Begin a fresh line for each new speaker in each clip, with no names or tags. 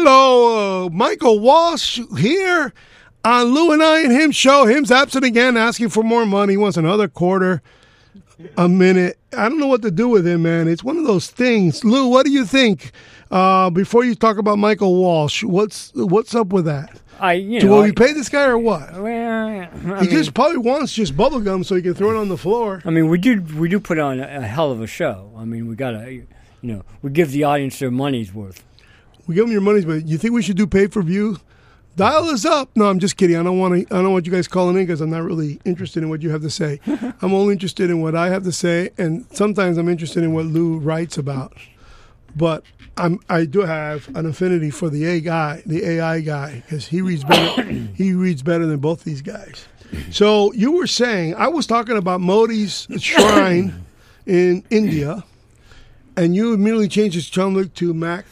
Hello, uh, Michael Walsh here on Lou and I and him show. Him's absent again, asking for more money. He wants another quarter a minute. I don't know what to do with him, man. It's one of those things. Lou, what do you think? Uh, before you talk about Michael Walsh, what's what's up with that?
I you
Do
know
will
I,
we pay this guy or what?
well, I
He
mean,
just probably wants just bubble gum so he can throw it on the floor.
I mean we do we do put on a, a hell of a show. I mean we gotta you know we give the audience their money's worth.
We give him your money, but you think we should do pay per view? Dial us up. No, I'm just kidding. I don't want to. I don't want you guys calling in because I'm not really interested in what you have to say. I'm only interested in what I have to say, and sometimes I'm interested in what Lou writes about. But I'm. I do have an affinity for the A guy, the AI guy, because he reads better. he reads better than both these guys. So you were saying I was talking about Modi's shrine in India, and you immediately changed his chumlick to Mac.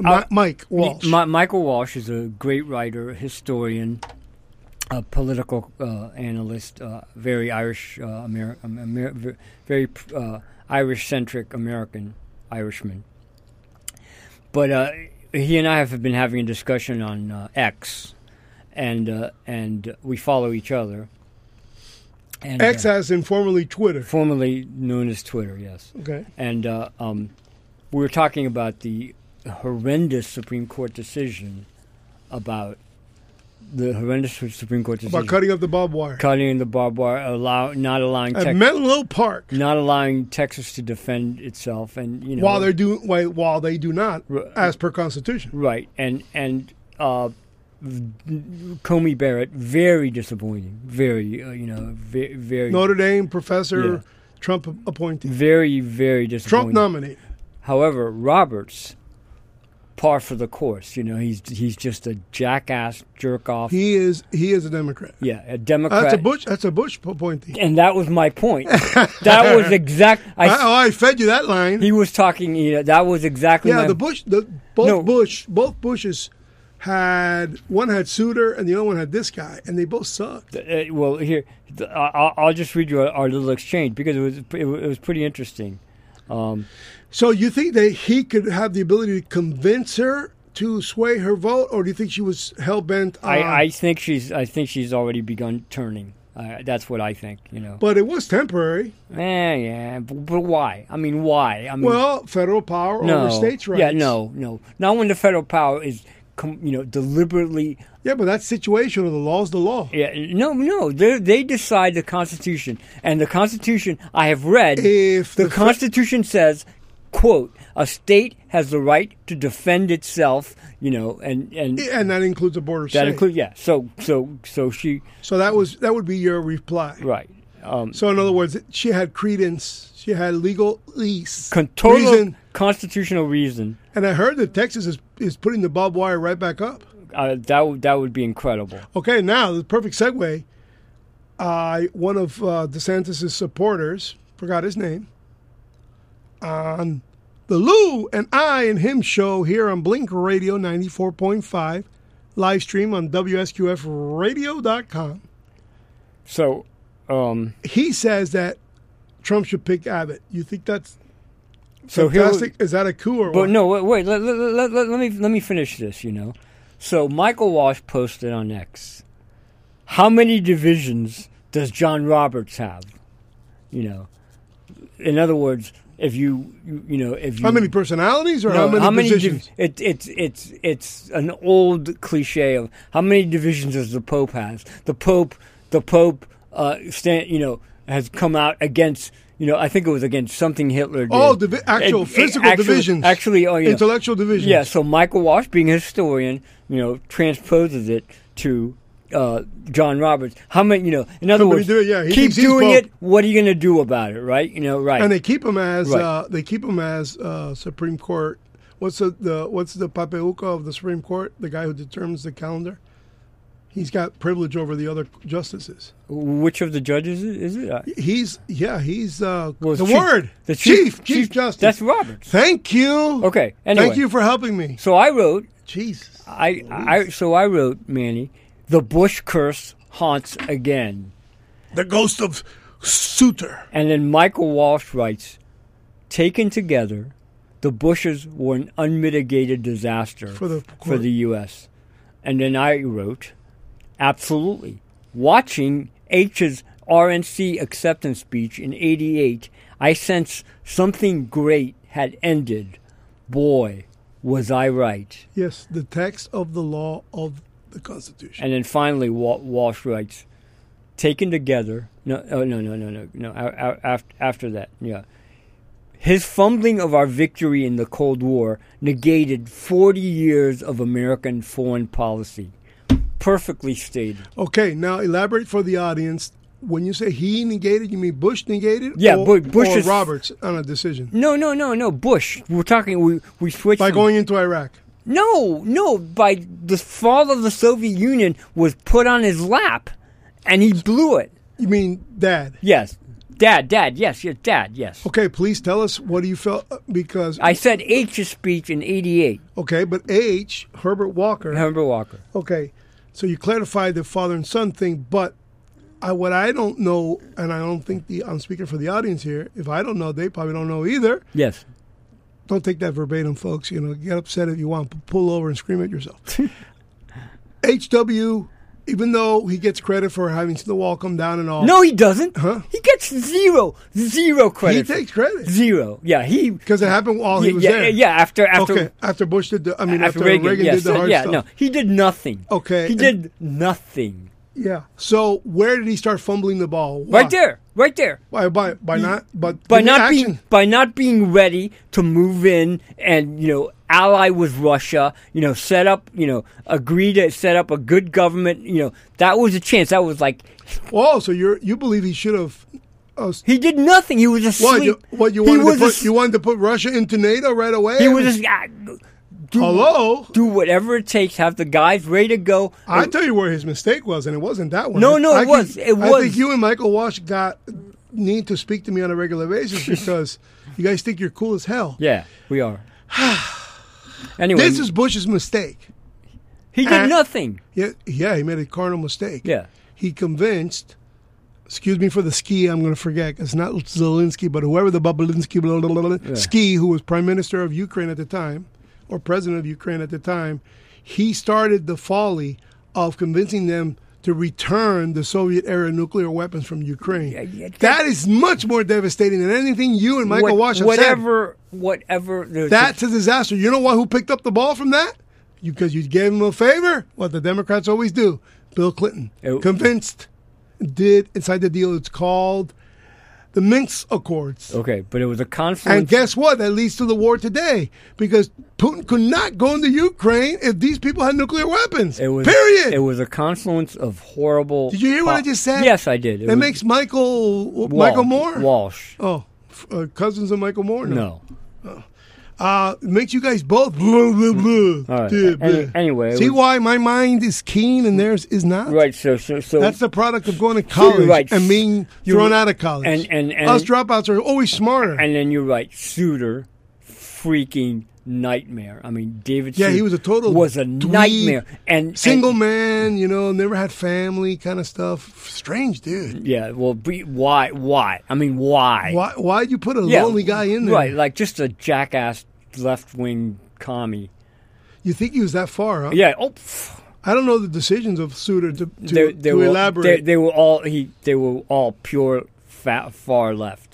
Ma- Mike Walsh.
Uh, Mi- Michael Walsh is a great writer, historian, a political uh, analyst, uh, very Irish, uh, Amer- Am- Amer- ver- very uh, Irish centric American Irishman. But uh, he and I have been having a discussion on uh, X, and uh, and we follow each other. And, uh,
X as informally Twitter.
formerly known as Twitter, yes
Okay.
and uh, um, we were talking about the horrendous Supreme Court decision about the horrendous Supreme Court decision
About cutting up the barbed wire.
cutting the barbed wire, allow not allowing
At
Tex-
Menlo Park,
not allowing Texas to defend itself, and you know
while they're doing, while, while they do not,
Ru-
as per Constitution.
right and and uh, Comey Barrett very disappointing, very uh, you know very very
Notre Dame professor,
Yeah.
Trump appointee,
very very disappointing.
Trump nominee.
However, Roberts, par for the course. You know, he's he's just a jackass jerk off.
He is he is a Democrat.
yeah, a Democrat.
That's a Bush. That's a Bush appointee.
and that was my point. that was exact. I,
I, oh, I fed you that line.
he was talking. You know, that was exactly.
yeah,
my,
the Bush, the both
No.
Bush, both Bushes had one had Souter and the other one had this guy, and they both sucked.
Uh, well, here th- I- I'll, I'll just read you our, our little exchange because it was it was it was pretty interesting. Um,
So you think that he could have the ability to convince her to sway her vote, or do you think she was hell bent? on
I, I think she's I think she's already begun turning. Uh, that's what I think. You know.
But it was temporary.
eh, yeah. But, but why? I mean, why? I mean,
Well, federal power over states' rights.
Mm. Yeah, no, no. Not when the federal power is, com- you know, deliberately.
Yeah, but that's situational. The law's the law.
Yeah, no, no. They they decide the Constitution, and the Constitution I have read.
If
the
the fe-
Constitution says, "quote A state has the right to defend itself." You know, and and
And that includes a border
that
state.
includes yeah. So so so she
so that was that would be your reply.
right. Um,
So in other words, she had credence. She had legal lease
con- total
reason.
constitutional reason.
And I heard that Texas is is putting the barbed wire right back up.
Uh, that would that would be incredible.
Okay, now the perfect segue. I one of uh, DeSantis' supporters forgot his name on the Lou and I and Him show here on Blink Radio ninety four point five live stream on WSQFRadio.com.
So, um,
He says that Trump should pick Abbott. You think that's
so here we-
fantastic? Is that a coup or
But
what?
no, wait, wait let, let, let, let, let me let me finish this. You know, so Michael Walsh posted on X, how many divisions does John Roberts have? You know, in other words, if you you, you know if you
How many personalities or
no,
how many
div-
positions?
it, it's it's it's an old cliche of how many divisions does the Pope has? The Pope the Pope uh, stand you know has come out against. You know, I think it was against something Hitler did.
Oh, divi- actual
It- it-
physical
actual-
divisions.
Actually, oh, you know,
Intellectual divisions.
yeah, so Michael Walsh, being a historian, you know, transposes it to uh, John Roberts. How many, you know, in other
many
words,
do it, yeah, he
keep
thinks he's
doing
Pope.
it. What are you going to do about it, right? You know, right.
and they keep him as
Right.
uh, they keep him as uh, Supreme Court. What's the, the what's the papeuka of the Supreme Court? The guy who determines the calendar. He's got privilege over the other justices.
Which of the judges is is it? I-
He's yeah, he's uh,
well,
the
chief-
word
The
chief,
chief,
chief justice.
That's Roberts.
Thank you.
Okay, anyway.
Thank you for helping me.
So I wrote,
Jesus.
I, I, so I wrote, Manny, the Bush curse haunts again.
The ghost of Suter.
And then Michael Walsh writes, taken together, the Bushes were an unmitigated disaster
For the
for the U.S. And then I wrote, absolutely. Watching H's RNC acceptance speech in 88, I sensed something great had ended. Boy, was I right.
Yes, the text of the law of the Constitution.
And then finally, Wa- Walsh writes, taken together. No, oh, no, no, no, no, no. After, after that, yeah. His fumbling of our victory in the Cold War negated 40 years of American foreign policy. Perfectly stated.
Okay, now elaborate for the audience. When you say he negated, you mean Bush negated?
Yeah,
or,
Bu- Bush
or
is- Mm-hmm.
Roberts on a decision
No, no, no, no. Bush. We're talking. We we switched
by
from-
going into Iraq.
No, no. By the fall of the Soviet Union was put on his lap, and he blew it.
You mean Dad?
Yes, Dad, Dad. Yes, yes, Dad. Yes.
Okay, please tell us what do you felt uh, because
I said H's speech in '88.
okay, but H Herbert Walker.
Herbert Walker.
Okay, so you clarified the father and son thing, but I, what I don't know, and I don't think the I'm speaking for the audience here. If I don't know, they probably don't know either.
Yes.
Don't take that verbatim, folks. You know, get upset if you want, but pull over and scream at yourself. H.W. Even though he gets credit for having seen the wall come down and all,
No, he doesn't.
Huh?
He gets zero, zero credit.
he takes credit
zero. Yeah, he.
because it happened while he
yeah,
was
yeah,
there.
yeah. After after
okay, after Bush did the, I mean,
after,
after,
Reagan.
Reagan,
yes,
did the hard
yeah.
stuff.
No, he did nothing.
Okay,
He
and-
did nothing.
Yeah. So where did he start fumbling the ball? Why?
Right there. Right there.
Why, by by not but
by
didn't
not
action-
being by not being ready to move in and you know ally with Russia, you know set up, you know agree to set up a good government, you know that was a chance. That was like
Oh, so you you believe he should have? Uh,
he did nothing. He was asleep.
what you what you
he
wanted to
was
put
as-
you wanted to put Russia into NATO right away?
he was as- ah, do,
Hello,
do whatever it takes. Have the guys ready to go.
I tell you where his mistake was, and it wasn't that one.
No, no,
I
it was. It
I
was.
think you and Michael Walsh got need to speak to me on a regular basis because you guys think you're cool as hell.
yeah, we are. anyway,
This is Bush's mistake.
he did
uh,
nothing.
Yeah, yeah, he made a cardinal mistake.
Yeah.
he convinced. Excuse me for the ski. I'm going to forget. It's not Zelensky, but whoever the Babalinsky blah, blah, blah, blah, ski, who was prime minister of Ukraine at the time, or president of Ukraine at the time, he started the folly of convincing them to return the Soviet era nuclear weapons from Ukraine.
yeah,
that is much more devastating than anything you and Michael
What-
Wash have said.
whatever, whatever. there's a-
That's a disaster. You know what? Who picked up the ball from that? Because you gave him a favor. What the Democrats always do. Bill Clinton
Oh.
convinced did inside the deal. It's called the Minsk Accords.
okay, but it was a conflict.
And guess what? That leads to the war today because Putin could not go into Ukraine if these people had nuclear weapons.
It was
Period.
It was a confluence of horrible.
Did you hear what I just said?
Yes, I did. It
that
was-
makes Michael
Wal-
Michael Moore.
Walsh.
Oh, f- uh, cousins of Michael Moore.
No.
Uh, it makes you guys both. Blah, blah, blah.
All right.
Yeah,
Any-
blah.
anyway, it
see
was-
why my mind is keen and theirs is not.
Right. So so so.
That's the product of going to college
right.
and being
You're-
thrown out of college.
and- and- and-
us dropouts are always smarter.
and then you're right. Souter, freaking nightmare. I mean, David.
Yeah, he
Souter
was a total
was a
dweeb,
nightmare and
Single
and-
man, you know, never had family, kind of stuff. Strange dude.
yeah. Well, be, why? Why? I mean, why?
Why? Why'd you put a
Yeah,
lonely guy in there?
Right. Like just a jackass left wing commie.
You think he was that far? Huh?
Yeah. Oh. pff,
I don't know the decisions of Suter to, to,
they, they
to
were,
elaborate.
They, they were all he. They were all pure fa far left.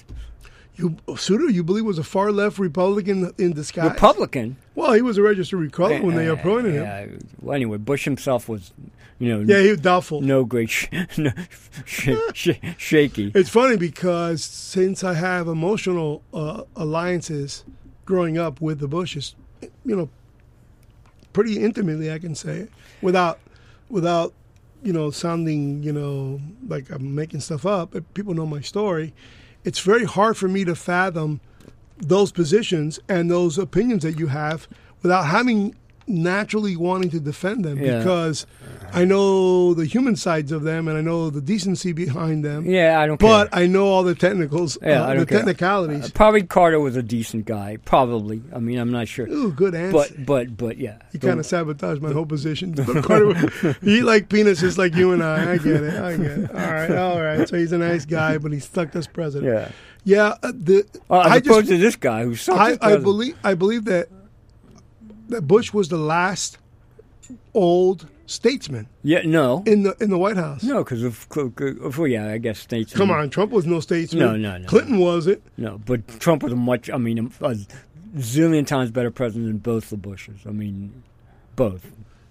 you, Suter, you believe was a far left Republican in disguise?
Republican.
Well, he was a registered Republican Oh, when they
Uh,
appointed him.
yeah. Well, anyway, Bush himself was, you know,
Yeah, he was doubtful.
no great, sh- no, sh- sh- shaky.
It's funny because since I have emotional uh, alliances growing up with the Bushes, you know, pretty intimately, I can say it without, without, you know, sounding, you know, like I'm making stuff up. But people know my story. It's very hard for me to fathom those positions and those opinions that you have without having naturally wanting to defend them
Yeah.
because I know the human sides of them and I know the decency behind them.
Yeah, I don't care.
But I know all the technicals, uh,
Yeah, I
the
don't care. Uh,
technicalities.
Probably Carter was a decent guy. Probably. I mean, I'm not sure.
Ooh, good answer.
Uh, But but but yeah.
He kind of sabotaged my whole position. But Carter, he like peanuts just like you and I. I get it. I get it. All right, all right. So he's a nice guy, but he stuck as president.
yeah.
Yeah, uh, the
Uh, as
I
opposed
just
to this guy who sucks.
I,
as
I
president.
believe I believe that that Bush was the last old statesman
Yeah. No.
in the in the White House.
No, because of, of well, yeah, I guess states.
Come on, Trump was no statesman.
No, no, no.
Clinton was it.
No, but Trump was a much. I mean, a zillion times better president than both the Bushes. I mean, both.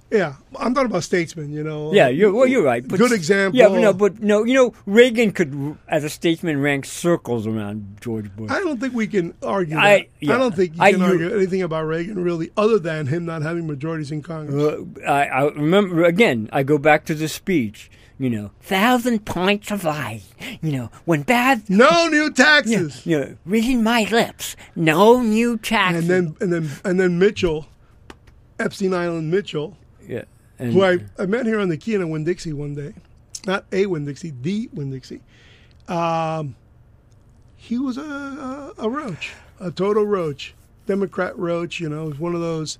Yeah, I'm talking about statesmen. You know.
Yeah, you're, well, you're right. But
Good example.
Yeah, but no, but no, you know, Reagan could, as a statesman, rank circles around George Bush.
I don't think we can argue. That.
I-
I,
yeah.
don't think you
I-
can
you-
argue anything about Reagan really, other than him not having majorities in Congress.
Uh, I, I remember again. I go back to the speech. You know, thousand points of light. You know, when bad,
No new taxes.
you know, reading my lips. No new taxes.
And then and then and then Mitchell, Epstein Island Mitchell,
yeah, and,
who I, I met here on the key in a Winn Dixie one day, not a Winn Dixie, the Winn Dixie. Um, he was a, a a roach, a total roach, Democrat roach. You know, was one of those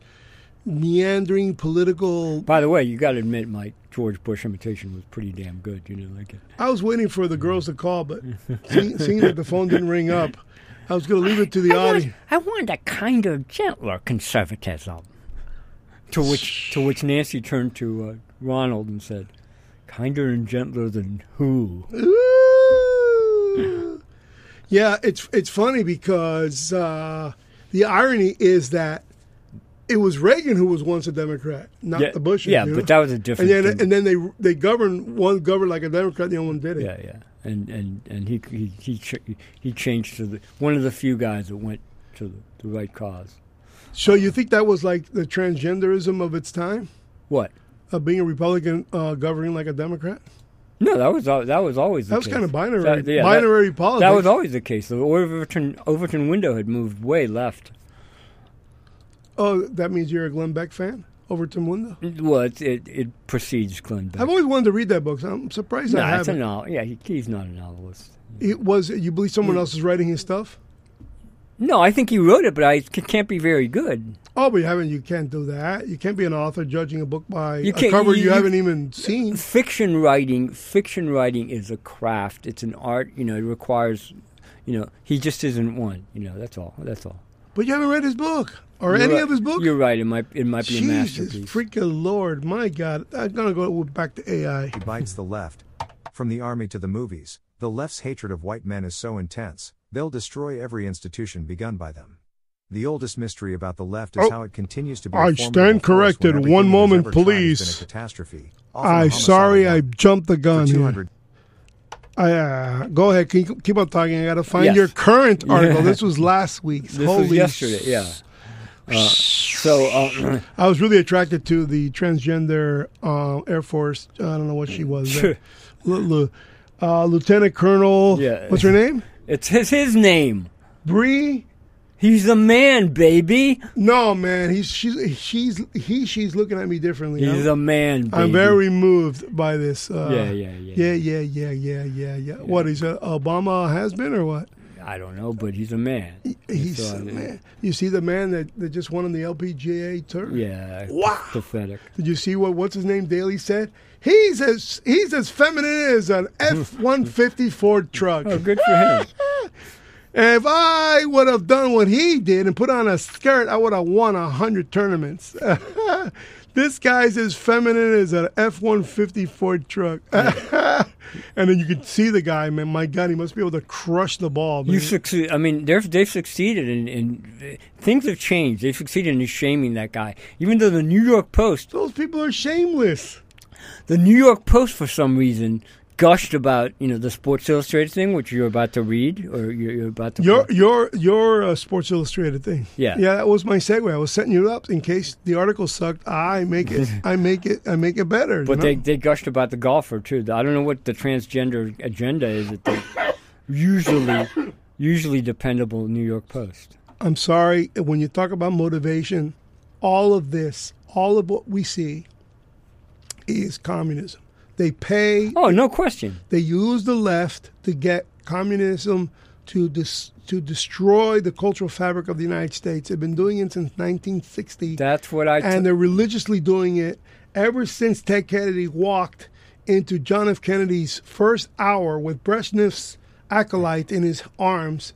meandering political
By the way, you got to admit, my George Bush imitation was pretty damn good. You know, like uh, it.
I was waiting for the girls to call, but seeing, seeing that the phone didn't ring up, I was going to leave it to the audience.
I want a kind of gentler conservatism. To which to which Nancy turned to uh, Ronald and said, "Kinder and gentler than who?"
Ooh. Yeah, it's it's funny because uh, the irony is that it was Reagan who was once a Democrat, not the Bushes.
yeah,
you know?
but that was a
and
different.
then
thing.
and then they they governed one governed like a Democrat, the other one didn't.
yeah, yeah, and and and he he he, ch- he changed to the one of the few guys that went to the, the right cause.
So you think that was like the transgenderism of its time,
What?
of being a Republican uh, governing like a Democrat?
No, that was al- that was always the
That was
case.
kind of binary,
That- yeah, that-
binary
That,
politics.
was always the case. The Overton Overton window had moved way left.
Oh, that means you're a Glenn Beck fan? Overton Window?
Well, it it, it precedes Glenn Beck.
I've always wanted to read that book. So I'm surprised I
No, it's a
haven't.
novel. Yeah, he, he's not a novelist.
It was you believe
Mm.
someone else is writing his stuff?
No, I think he wrote it, but I it can't be very good.
Oh, but you haven't. You can't do that. You can't be an author judging a book by
You
a
can't-
cover
you-
you,
you-
haven't even seen.
Fiction writing, fiction writing is a craft. It's an art. You know, it requires. You know, he just isn't one. You know, that's all. That's all.
But you haven't read his book or
You're
any
right-
of his books.
You're right. It might it might be a
Jesus
masterpiece.
freaking Lord, my God! I'm gonna go back to AI.
He bites the left. From the army to the movies, the left's hatred of white men is so intense, they'll destroy every institution begun by them. The oldest mystery about the left is
Oh.
how it continues to be.
I
a formidable
stand
force when
corrected.
everything
One
it has
moment,
ever tried has been a
please.
catastrophe. Often a
I
homicidal
sorry, I
one.
jumped the
For
gun. here.
200
I, uh, go ahead. Can you keep on talking? I gotta find
Yes.
your current
Yeah.
article. This was last week's.
This
Holy
was yesterday. Yeah. Uh, so uh,
I was really attracted to the transgender um, Air Force. I don't know what she was. but- Lu- Lu- uh, Lieutenant Colonel.
Yeah.
What's her name?
it's his, his name.
Bree.
He's the man, baby.
No, man. He's she's she's he she's looking at me differently.
He's
I'm,
a man. Baby.
I'm very moved by this. Uh,
Yeah, yeah,
yeah,
yeah.
yeah, yeah, yeah, yeah, yeah. What is uh, Obama has been or what?
I don't know, but he's a man.
He's
So, uh,
man. You see the man that, that just won on the LPGA tour.
Yeah.
Wow.
Pathetic.
Did you see what what's his name Daly said? He's as he's as feminine as an F one fifty Ford truck.
Oh, good for him.
If I would have done what he did and put on a skirt, I would have won a hundred tournaments. this guy's as feminine as an F one fifty Ford truck. and then you could see the guy, man. My God, he must be able to crush the ball. Man.
You succeed. I mean, they've they've succeeded, in, in things have changed. They've succeeded in shaming that guy. Even though the New York Post,
Those people are shameless.
the New York Post, for some reason, gushed about you know the Sports Illustrated thing, which you're about to read or you're, you're about to.
Your your your uh, Sports Illustrated thing.
Yeah.
yeah, that was my segue. I was setting you up in case the article sucked. I make it. I make it. I make it better. you
But
know?
they, they gushed about the golfer too. I don't know what the transgender agenda is that they usually usually dependable New York Post.
uh, I'm sorry when you talk about motivation. All of this, all of what we see is communism. They pay,
Oh, no question.
they use the left to get communism to dis- to destroy the cultural fabric of the United States. They've been doing it since 1960
That's what I.
and
t-
they're religiously doing it ever since Ted Kennedy walked into John F. Kennedy's first hour with Brezhnev's acolyte in his arms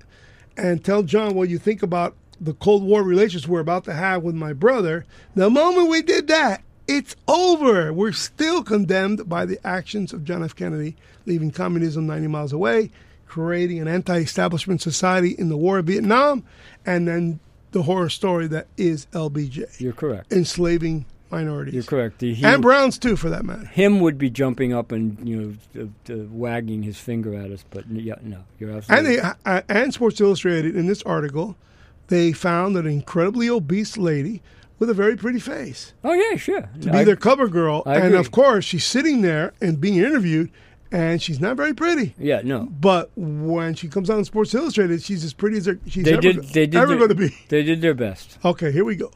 and tell John what you think about the Cold War relations we're about to have with my brother. The moment we did that, it's over. We're still condemned by the actions of John F. Kennedy, leaving communism 90 miles away, creating an anti establishment society in the War of Vietnam, and then the horror story that is LBJ
you're correct.
enslaving
You're
minorities
correct. The- he-
and Browns too, for that matter.
him would be jumping up and you know uh, uh, wagging his finger at us, but n- yeah, no, you're
And
absolutely.
they uh, and Sports Illustrated in this article, they found an incredibly obese lady with a very pretty face
oh yeah, sure.
to be
I-
their cover girl,
I
and
agree.
of course she's sitting there and being interviewed, and she's not very pretty.
yeah, no.
But when she comes out in Sports Illustrated, she's as pretty as there- she's
They
ever,
did. They did.
ever
their-
going to be.
They did their best.
Okay, here we go.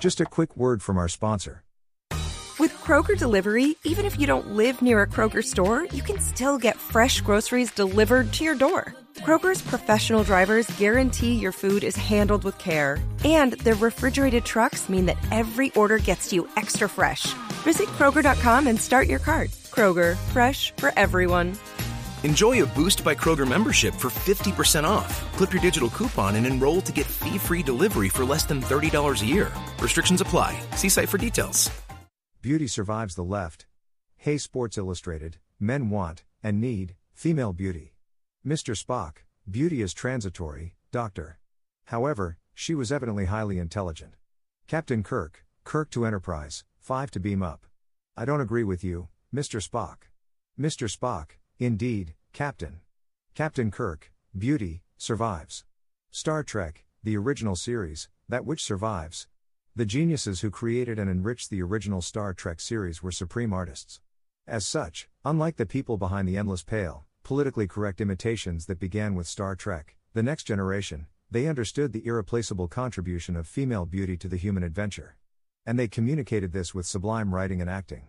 Just a quick word from our sponsor.
With Kroger Delivery, even if you don't live near a Kroger store, you can still get fresh groceries delivered to your door. Kroger's professional drivers guarantee your food is handled with care, and their refrigerated trucks mean that every order gets you extra fresh. Visit Kroger.com and start your cart. Kroger, fresh for everyone.
Enjoy a Boost by Kroger membership for 50% off. Clip your digital coupon and enroll to get fee free delivery for less than $30 a year. Restrictions apply. See site for details.
Beauty survives the left. Hey Sports Illustrated, men want and need female beauty. Mr. Spock, beauty is transitory, doctor. However, she was evidently highly intelligent. Captain Kirk, Kirk to Enterprise, 5 to beam up. I don't agree with you, Mr. Spock. Mr. Spock, indeed, Captain. Captain Kirk, beauty, survives. Star Trek, the original series, that which survives, the geniuses who created and enriched the original Star Trek series were supreme artists. As such, unlike the people behind the endless pale, politically correct imitations that began with Star Trek, The Next Generation, they understood the irreplaceable contribution of female beauty to the human adventure. And they communicated this with sublime writing and acting.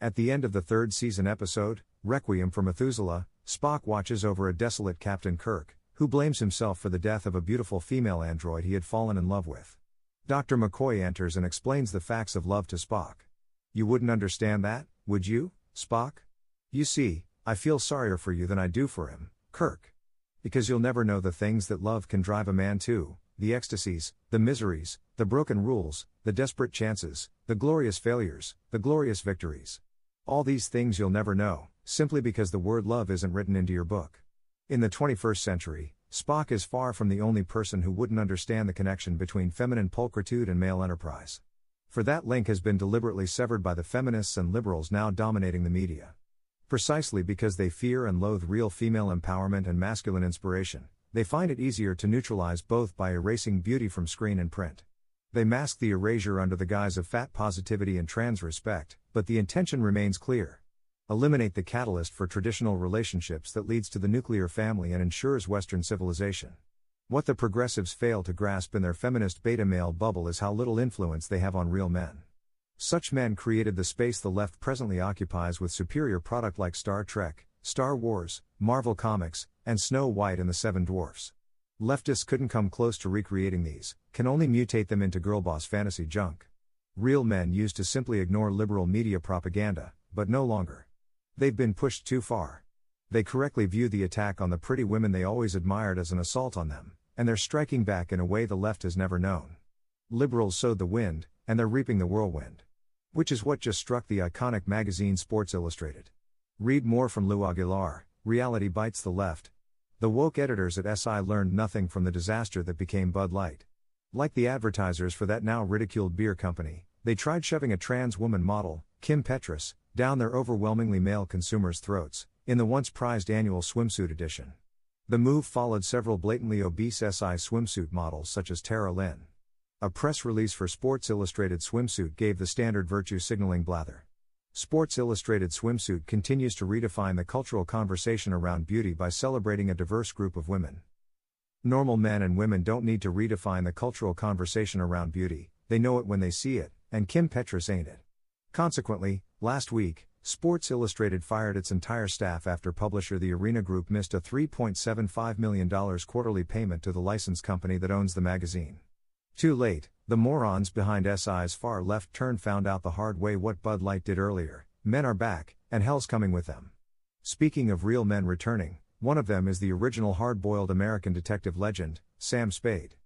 At the end of the third season episode, Requiem for Methuselah, Spock watches over a desolate Captain Kirk, who blames himself for the death of a beautiful female android he had fallen in love with. Dr. McCoy enters and explains the facts of love to Spock. You wouldn't understand that, would you, Spock? You see, I feel sorrier for you than I do for him, Kirk. Because you'll never know the things that love can drive a man to the ecstasies, the miseries, the broken rules, the desperate chances, the glorious failures, the glorious victories. All these things you'll never know, simply because the word love isn't written into your book. In the 21st century, Spock is far from the only person who wouldn't understand the connection between feminine pulchritude and male enterprise. For that link has been deliberately severed by the feminists and liberals now dominating the media. Precisely because they fear and loathe real female empowerment and masculine inspiration, they find it easier to neutralize both by erasing beauty from screen and print. They mask the erasure under the guise of fat positivity and trans respect, but the intention remains clear. Eliminate the catalyst for traditional relationships that leads to the nuclear family and ensures Western civilization. What the progressives fail to grasp in their feminist beta male bubble is how little influence they have on real men. Such men created the space the left presently occupies with superior product like Star Trek, Star Wars, Marvel Comics, and Snow White and the Seven Dwarfs. Leftists couldn't come close to recreating these, can only mutate them into girl boss fantasy junk. Real men used to simply ignore liberal media propaganda, but no longer. They've been pushed too far. They correctly view the attack on the pretty women they always admired as an assault on them, and they're striking back in a way the left has never known. Liberals sowed the wind, and they're reaping the whirlwind. Which is what just struck the iconic magazine Sports Illustrated. Read more from Lou Aguilar Reality Bites the Left. The woke editors at SI learned nothing from the disaster that became Bud Light. Like the advertisers for that now ridiculed beer company, they tried shoving a trans woman model, Kim Petras, down their overwhelmingly male consumers' throats, in the once prized annual swimsuit edition. The move followed several blatantly obese SI swimsuit models such as Tara Lynn. A press release for Sports Illustrated Swimsuit gave the standard virtue signaling blather. Sports Illustrated Swimsuit continues to redefine the cultural conversation around beauty by celebrating a diverse group of women. Normal men and women don't need to redefine the cultural conversation around beauty, they know it when they see it, and Kim Petras ain't it. Consequently, last week, Sports Illustrated fired its entire staff after publisher The Arena Group missed a $3.75 million quarterly payment to the license company that owns the magazine. Too late, the morons behind SI's far left turn found out the hard way what Bud Light did earlier men are back, and hell's coming with them. Speaking of real men returning, one of them is the original hard boiled American detective legend, Sam Spade.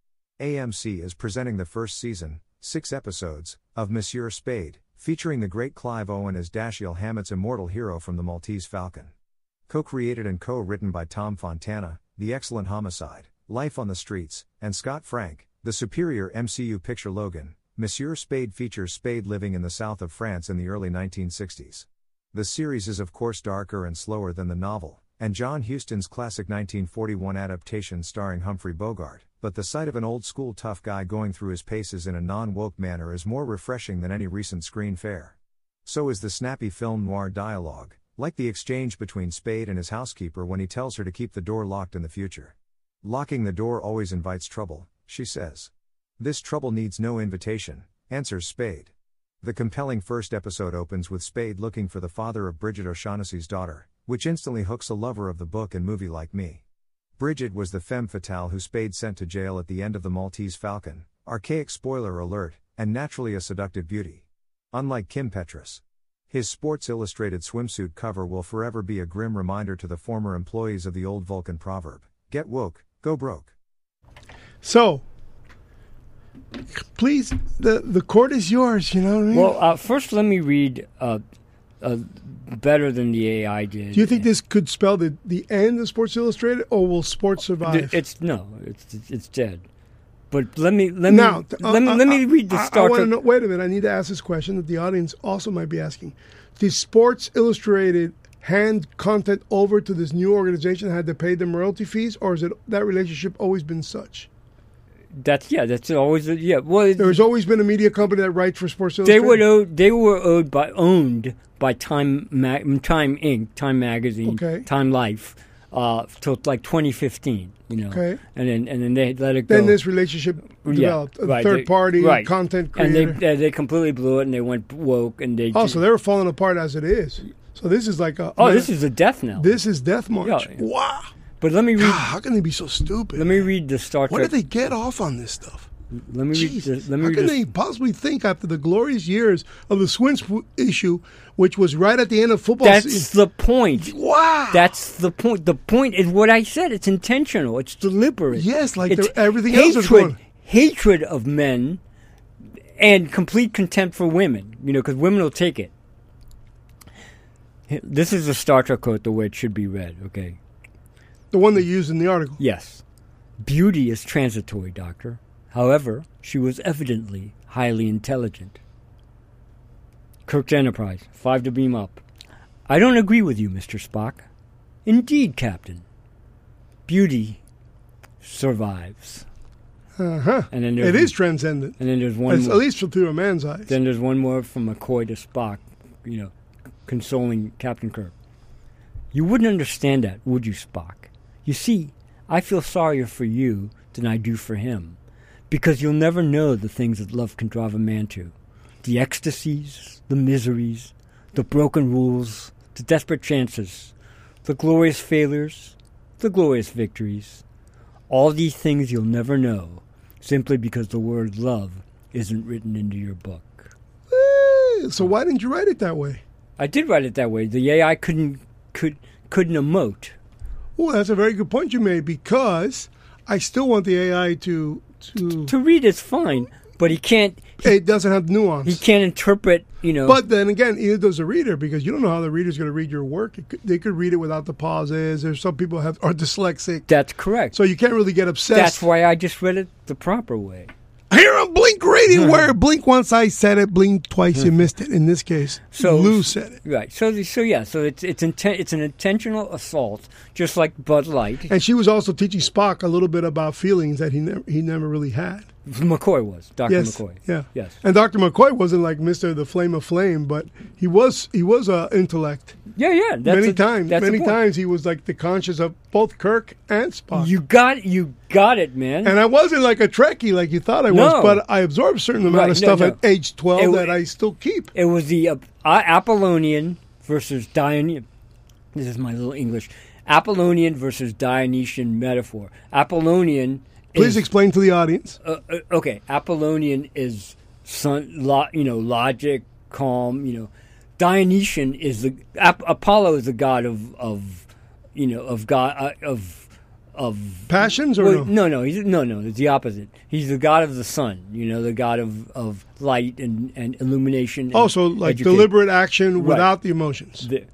AMC is presenting the first season, six episodes, of Monsieur Spade, featuring the great Clive Owen as Dashiell Hammett's immortal hero from the Maltese Falcon. Co created and co written by Tom Fontana, The Excellent Homicide, Life on the Streets, and Scott Frank, the superior MCU picture Logan, Monsieur Spade features Spade living in the south of France in the early 1960s. The series is, of course, darker and slower than the novel, and John Huston's classic 1941 adaptation starring Humphrey Bogart, but the sight of an old school tough guy going through his paces in a non woke manner is more refreshing than any recent screen fare. So is the snappy film noir dialogue, like the exchange between Spade and his housekeeper when he tells her to keep the door locked in the future. Locking the door always invites trouble, she says. This trouble needs no invitation, answers Spade. The compelling first episode opens with Spade looking for the father of Bridget O'Shaughnessy's daughter, which instantly hooks a lover of the book and movie like me. Bridget was the femme fatale who Spade sent to jail at the end of The Maltese Falcon, archaic spoiler alert, and naturally a seductive beauty. Unlike Kim Petras. His Sports Illustrated swimsuit cover will forever be a grim reminder to the former employees of the old Vulcan proverb get woke, go broke.
So, please, the, the court is yours, you know what I mean?
Well, uh, first, let me read uh, uh, better than the AI did.
Do you think this could spell the, the end of Sports Illustrated, or will sports survive?
It's no, it's it's dead. But let me let me
now, t- uh,
let me
uh,
let me
uh,
read the
I- I
Star
wanna
Trek.
know- wait a minute. I need to ask this question that the audience also might be asking. Did Sports Illustrated hand content over to this new organization that had to pay them royalty fees, or is it that relationship always been such?
That's yeah, that's always a, yeah. Well, it-
There's always been a media company that writes for Sports
they
Illustrated.
were owed, they were owed by owned by Time Ma- Time Inc. Time Magazine,
Okay.
Time Life, uh, till like 2015. You know,
Okay.
and then and then they let it go.
Then this relationship developed. a
right,
third
they-
party
right.
content
and
creator.
they, they they completely blew it and they went woke and they
oh, so they were falling apart as it is. So this is like a
oh this is a death knell.
this is Death March.
Yeah.
Wow.
but let me read
How can they be so stupid?
let me read the Star
Where
Trek.
did they get off on this stuff?
let me read
Jesus,
the, let me
how
read
can
the-
they possibly think after the glorious years of the Swins issue, which was right at the end of football
That's
season?
the point.
Wow.
That's the point. The point is what I said. It's intentional. It's deliberate.
Yes, like
It's
there- everything else
hatred,
is going-
Hatred of men and complete contempt for women. You know, because women will take it. This is the Star Trek quote, the way it should be read. Okay.
the one they used in the article.
Yes. Beauty is transitory, Doctor. However, she was evidently highly intelligent. Kirk's Enterprise, five to beam up. I don't agree with you, Mr. Spock. Indeed, Captain. Beauty survives. Uh huh. And then there's
Uh-huh. It is transcendent,
and then there's one
It's-
more.
at least through a man's eyes.
Then there's one more from McCoy to Spock, you know, consoling Captain Kirk. You wouldn't understand that, would you, Spock? You see, I feel sorrier for you than I do for him, because you'll never know the things that love can drive a man to the ecstasies, the miseries, the broken rules, the desperate chances, the glorious failures, the glorious victories. All these things you'll never know simply because the word love isn't written into your book.
Eh, so why didn't you write it that way?
I did write it that way. The AI couldn't could couldn't emote.
Well, that's a very good point you made because I still want the AI to to.
To read is fine, but he can't
It doesn't have nuance.
he can't interpret, you know.
But then again, either does the reader because you don't know how the reader's going to read your work. It could, they could read it without the pauses. There's some people have are dyslexic,
that's correct.
so you can't really get obsessed.
that's why I just read it the proper way.
Here on Blink Radio, where Blink once I said it, Blink twice you missed it. In this case,
Hmm. So-
Lou said it,
Right. So the- so yeah, so it's it's inten- it's an intentional assault just like Bud Light
and she was also teaching Spock a little bit about feelings that he never he never really had.
McCoy was, Dr.
Yes,
McCoy.
yeah,
Yes.
And Dr. McCoy wasn't like Mister the Flame of Flame, but he was he was a intellect.
Yeah, yeah. That's
many
a-
times,
that's a
many
point.
times he was like the conscience of both Kirk and Spock.
You got you got it, man.
and I wasn't like a Trekkie like you thought I
No.
was, but I absorbed a certain amount
Right,
of
no,
stuff
no.
at age 12
It-
that I still keep.
It was the uh, A- Apollonian versus Dionysian. This is my little English. Apollonian versus Dionysian metaphor. Apollonian.
Please
is,
explain to the audience.
uh, uh, okay, Apollonian is sun, lo, you know logic, calm. You know, Dionysian is the Ap- Apollo is the god of of you know of god uh, of of
Passions or
well,
no?
no, no, he's, no, no. It's the opposite. He's the god of the sun. You know, the god of, of light and, and illumination. and
Also, Oh, like
educa-
deliberate action without the emotions.
The-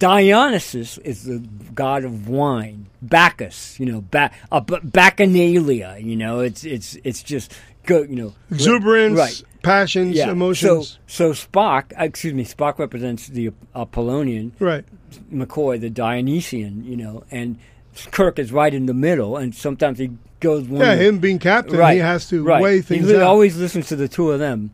Dionysus is the god of wine. Bacchus, you know, ba- uh, b- bacchanalia. You know, it's it's it's just go. You know, re-
Exuberance,
right?
passions,
Yeah.
emotions.
So, so Spock, uh, excuse me, Spock represents the Apollonian.
right.
McCoy, the Dionysian, you know, and Kirk is right in the middle, and sometimes he goes one.
Yeah, him being captain,
right,
he has to
right.
weigh things
He li-
out.
always listens to the two of them,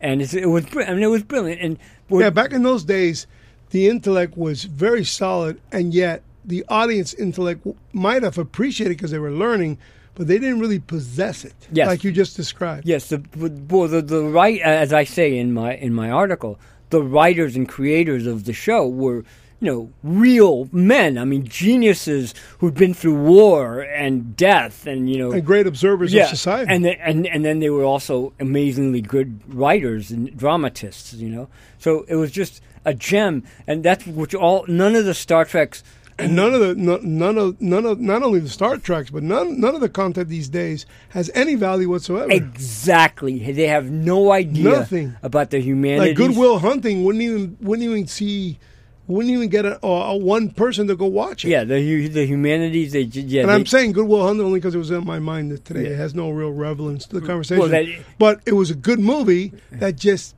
and it's, it was, br- I mean, it was brilliant. And what-
yeah, back in those days, the intellect was very solid, and yet the audience intellect w- might have appreciated because they were learning, but they didn't really possess it,
Yes.
like you just described.
Yes, the well, the, the right as I say in my in my article, the writers and creators of the show were you know real men. I mean geniuses who'd been through war and death and you know
And great observers
yeah,
of society.
And, the- and and then they were also amazingly good writers and dramatists, you know. So it was just a gem, and that's which all none of the Star Treks.
And none of the no, none of none of not only the Star Treks, but none none of the content these days has any value whatsoever.
Exactly, they have no idea
Nothing.
about the humanity.
like Goodwill Hunting wouldn't even wouldn't even see wouldn't even get a, a, a one person to go watch it.
Yeah, the hu- the humanities. They ju- yeah.
And
they-
I'm saying Goodwill Hunting only because it was in my mind today. It has no real relevance to the conversation.
that-
but it was a good movie that just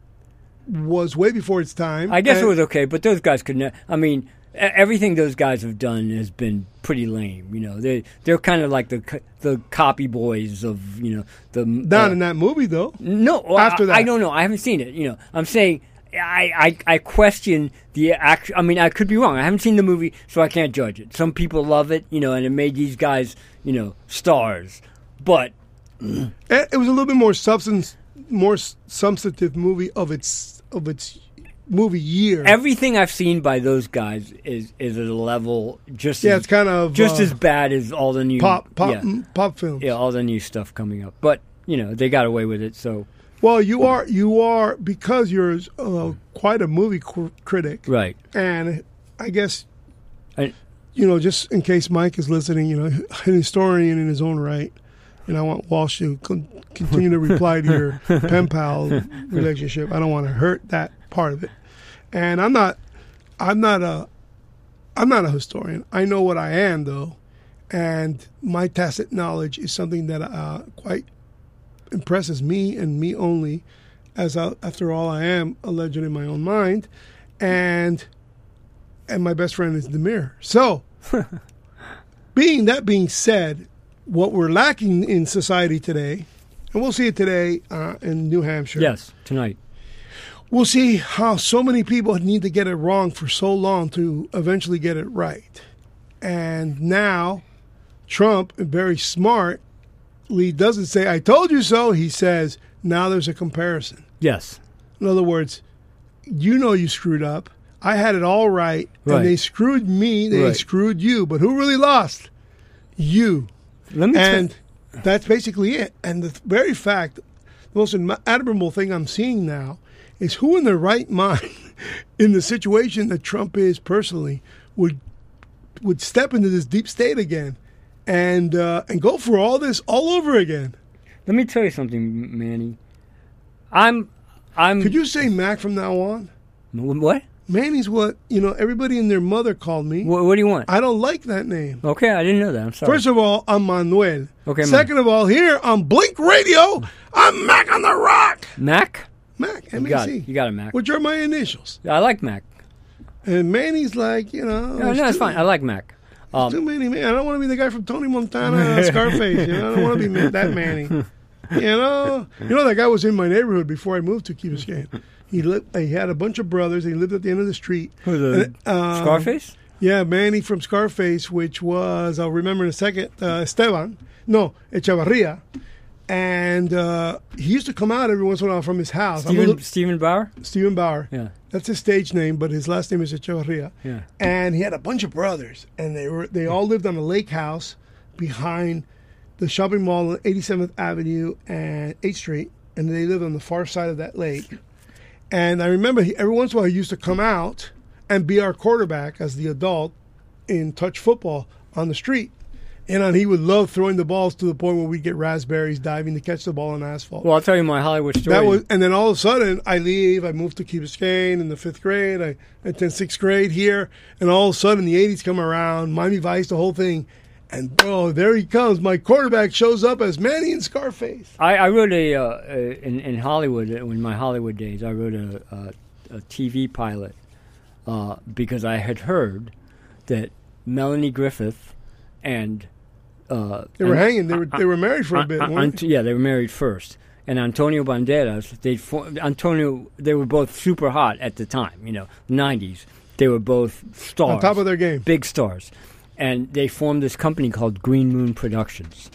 was way before its time.
I guess it
And-
was okay, but those guys could. Ne- I mean, e- everything those guys have done has been pretty lame. You know, they they're kind of like the co- the copy boys of you know the
not
uh,
in that movie though.
No, well,
After
I-
that.
I don't know. I haven't seen it. You know, I'm saying I I, I question the act. I mean, I could be wrong. I haven't seen the movie, so I can't judge it. Some people love it, you know, and it made these guys, you know, stars. But
Eh, It, it was a little bit more substance, more s- substantive movie of its of its movie year.
everything I've seen by those guys is is at a level just
yeah,
as,
it's kind of
just
uh,
as bad as all the new
pop pop
yeah.
mm, pop films.
yeah, all the new stuff coming up. But you know, they got away with it. So
Well, you are you are because you're uh, quite a movie cr- critic,
right,
and I guess
I,
you know, just in case Mike is listening, you know, an historian in his own right, and I want Walsh to con- continue to reply to your pen pal relationship. I don't want to hurt that part of it, and I'm not, I'm not a, I'm not a historian. I know what I am though, and my tacit knowledge is something that uh, quite impresses me and me only, as I, after all I am a legend in my own mind, and and my best friend is the mirror. So, being that being said, what we're lacking in society today, and we'll see it today uh, in New Hampshire.
yes, tonight.
we'll see how so many people need to get it wrong for so long to eventually get it right. And now, Trump, very smartly, doesn't say "I told you so." He says now there's a comparison.
Yes,
In other words, you know you screwed up. I had it all right,
Right.
and they screwed me. They
Right.
screwed you. But who really lost? You.
let me. tell-
And that's basically it. And the very fact, the most admi- admirable thing I'm seeing now is who in their right mind, in the situation that Trump is personally, would would step into this deep state again, and uh, and go for all this all over again.
Let me tell you something, Manny. I'm, I'm.
Could you say Mac from now on?
What?
Manny's what you know. Everybody and their mother called me.
What, what do you want?
I don't like that name.
okay, I didn't know that. I'm sorry.
First of all, I'm Manuel.
Okay, Manuel.
Second of all, here on Blink Radio, I'm Mac on the Rock.
Mac.
Mac,
You
M A
got
C.
it. You got it, Mac.
Which are my initials.
I like Mac.
And Manny's like, you know,
No,
there's
no, it's
too-
fine. I like Mac. Um,
Too many man. I don't want to be the guy from Tony Montana and Scarface. You know, I don't want to be ma- that Manny. You know, you know that guy was in my neighborhood before I moved to Key Biscayne. He lived. He had a bunch of brothers. He lived at the end of the street.
Who's the
And, um,
Scarface?
Yeah, Manny from Scarface, which was I'll remember in a second. Uh, Esteban, no Echevarria, and uh, he used to come out every once in a while from his house. I'm a
Steven,
little-
Steven Bauer?
Steven Bauer.
Yeah.
That's his stage name, but his last name is Echevarria.
Yeah.
And he had a bunch of brothers, and they were they all lived on a lake house behind the shopping mall on 87th Avenue and 8th Street, and they lived on the far side of that lake. And I remember he, every once in a while he used to come out and be our quarterback as the adult in touch football on the street. And uh, he would love throwing the balls to the point where we'd get raspberries diving to catch the ball on asphalt.
Well, I'll tell you my Hollywood story.
That was, and then all of a sudden, I leave. I move to Key Biscayne in the fifth grade. I attend sixth grade here, and all of a sudden, the '80s come around. Miami Vice, the whole thing, and bro, there he comes. My quarterback shows up as Manny and Scarface.
I, I wrote a, uh, a in, in Hollywood uh, in my Hollywood days. I wrote a, a, a TV pilot uh, because I had heard that Melanie Griffith and uh,
They were
and-
hanging. They were they were married for a bit.
An-
weren't
Ant- yeah, they were married first. And Antonio Banderas, they for- Antonio, they were both super hot at the time. You know, '90s. They were both
they?
stars,
on top of their game.
big stars, and they formed this company called Green Moon Productions.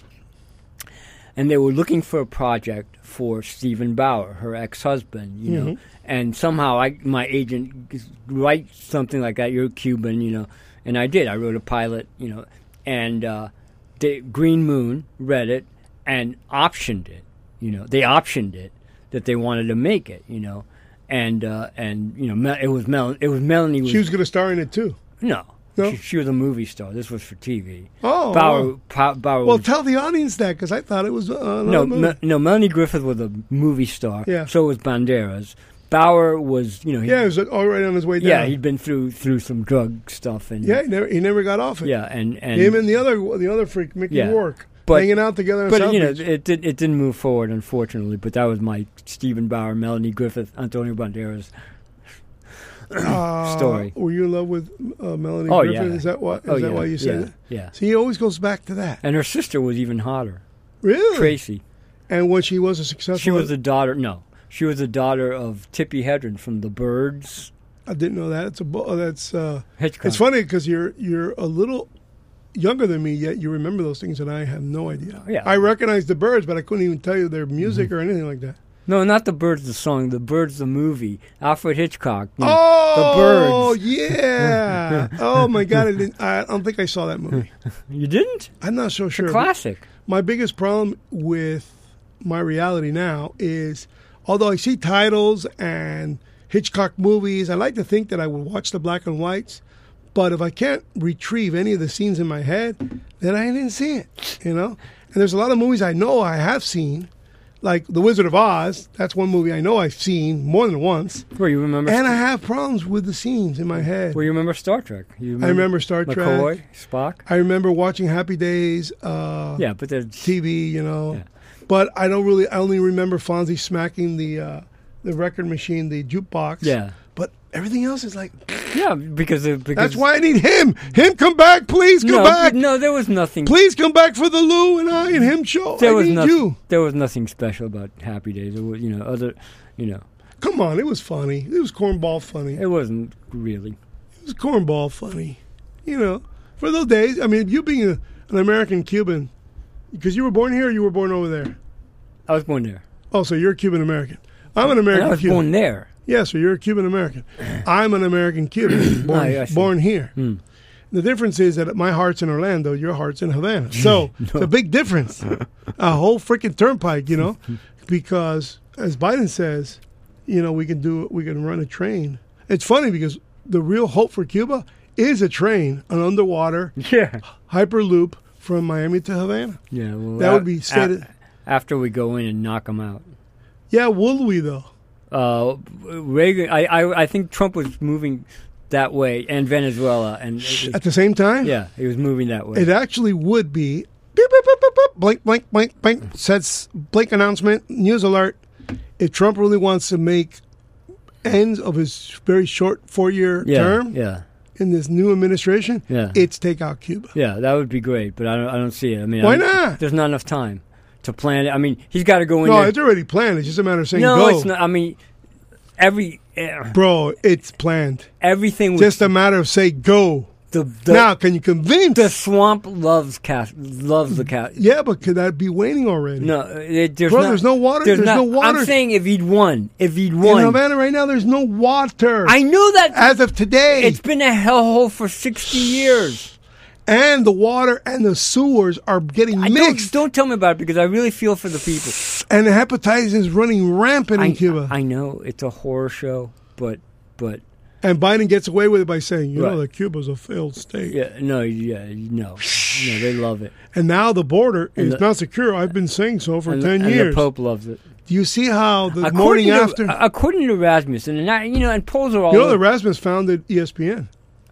And they were looking for a project for Stephen Bauer, her ex-husband. You know,
Mm-hmm.
and somehow I, my agent, g- write something like that. You're Cuban, you know, and I did. I wrote a pilot, you know, and uh, they, Green Moon read it and optioned it. You know, they optioned it that they wanted to make it. You know, and uh, and you know, Mel- it was Mel. It was Melanie.
She was going to star in it too.
No.
No?
She, she was a movie star. This was for TV.
Oh,
Bauer.
wow.
Pa- Bauer
Well,
was-
tell the audience that because I thought it was uh, another
no,
movie.
Me- no. Melanie Griffith was a movie star.
Yeah.
So was Banderas. Bauer was, you know, he,
yeah, it was already on his way down.
yeah, he'd been through through some drug stuff and
yeah, he never he never got off it.
yeah, and and
him and the other the other freak, Mickey
Yeah.
Rourke,
But-
hanging out together. in
but
South
you know,
Beach.
it did it didn't move forward, unfortunately. But that was my Stephen Bauer, Melanie Griffith, Antonio Banderas.
Uh,
story.
Were you in love with uh, Melanie
Oh,
Griffith?
yeah.
Is that why? Is
Oh,
that
yeah,
why you said
yeah,
it?
yeah.
See, he always goes back to that.
And her sister was even hotter,
Really?
Tracy.
And when she was a successful,
She was the daughter. No, she was the daughter of Tippi Hedren from The Birds.
I didn't know that. It's a. bo- That's. Uh,
Hitchcock.
it's funny because you're you're a little younger than me, yet you remember those things, and I have no idea.
Oh, Yeah. Mm-hmm.
I recognize the birds, but I couldn't even tell you their music or anything like that.
No, not the birds. The song, the birds. The movie. Alfred Hitchcock. you know, the
Oh,
birds.
yeah. oh my God! I, didn't, I don't think I saw that movie.
You didn't?
I'm not so sure.
Classic.
my biggest problem with my reality now is although I see titles and Hitchcock movies, I like to think that I will watch the black and whites, but if I can't retrieve any of the scenes in my head, then I didn't see it, you know? And there's a lot of movies I know I have seen, like The Wizard of Oz. That's one movie I know I've seen more than once.
Well, you remember?
And I have problems with the scenes in my head.
well, you remember Star Trek? You remember
remember Star Trek.
McCoy, Spock.
I remember watching Happy Days. Uh,
Yeah, but there's
TV, you know.
Yeah.
But I don't really. I only remember Fonzie smacking the uh, the record machine, the jukebox.
Yeah.
But everything else is like.
yeah because of- because
That's why I need him. Him come back, please come
no,
back.
no, there was nothing.
Please come back for the Lou and I and him show.
there
I
was
need
nothing.
you.
There was nothing special about Happy Days. It was, you know, other, you know,
Come on, it was funny. It was cornball funny.
it wasn't really.
It was cornball funny. You know, for those days. I mean, you being a, an American Cuban, because you were born here, or you were born over there.
I was born there.
Oh, so you're Cuban American. I'm an
And
American
I was
Cuban.
born there.
Yeah, so you're a Cuban American. I'm an American Cuban, born,
Oh, I see. Hmm.
born here. The difference is that my heart's in Orlando, your heart's in Havana. So it's a big difference. a whole freaking turnpike, you know, because as Biden says, you know, we can do we can run a train. It's funny because the real hope for Cuba is a train, an underwater
Yeah.
hyperloop from Miami to Havana.
Yeah. Well,
That would
a-
be stated-
a- after we go in and knock them out.
Yeah, will we though?
uh, Reagan. I, I I think Trump was moving that way, and Venezuela, and
At the same time?
yeah, he was moving that way.
It actually would be beep, beep, beep, beep, beep, blank, blank, blank, blank, says blank announcement, news alert. If Trump really wants to make ends of his very short four year
yeah,
term
yeah,
in this new administration,
Yeah. Oh,
it's take out Cuba.
yeah. That would be great, but I don't I don't see it. I mean,
Why
I don't-
not?
There's not enough time. to plan it. I mean, he's got to go in
No,
there.
it's already planned. It's just a matter of saying
no,
go.
it's not. I mean, every eh,
Bro, it's planned.
everything was
Just a matter of say go.
the, the
now, can you convince?
the swamp loves cast loves the cat.
yeah, but could I be waiting already?
No, it, there's
Bro,
not,
there's no water- there's
not-
no water.
I'm saying if he'd won, if he'd
In
won,
Havana right now, there's no water.
I knew that.
As of today,
it's been a hellhole for 60 years.
and the water and the sewers are getting
I don't,
mixed,
don't tell me about it because I really feel for the people.
and hepatitis is running rampant in
I,
Cuba.
I know it's a horror show, but but
and Biden gets away with it by saying, you
Right.
know, that Cuba's a failed state.
yeah, no, yeah, no, no, they love it.
And now the border is
the-
not secure. I've been saying so for
and, the-
10
and
years.
the Pope loves it.
Do you see how the
According
morning
to,
after?
uh, according to Rasmussen, and I, you know, and polls are all
you know, the
over-
Rasmus founded E ESPN.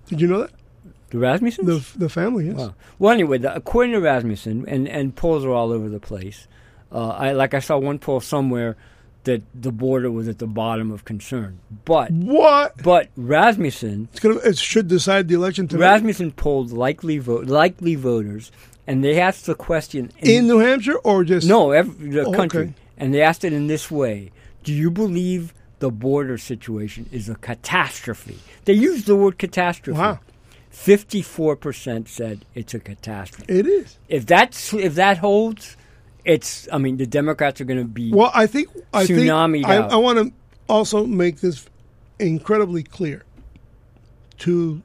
Did you know that?
the Rasmussen.
The, the family, yes.
Wow. Well, anyway, the, according to Rasmussen, and, and polls are all over the place. Uh, I like I saw one poll somewhere that the border was at the bottom of concern, but
What?
but Rasmussen
It's gonna, it should decide the election tonight.
Rasmussen polled likely vote likely voters, and they asked the question
in New Hampshire or just.
no every, the
Oh,
country,
okay.
and they asked it in this way: Do you believe the border situation is a catastrophe? They used the word catastrophe.
Wow.
Fifty-four percent said it's a catastrophe.
It is.
if that's if that holds, it's. I mean, the Democrats are going to be.
Well, I think I think
Tsunamied
I,
out.
I want to also make this incredibly clear to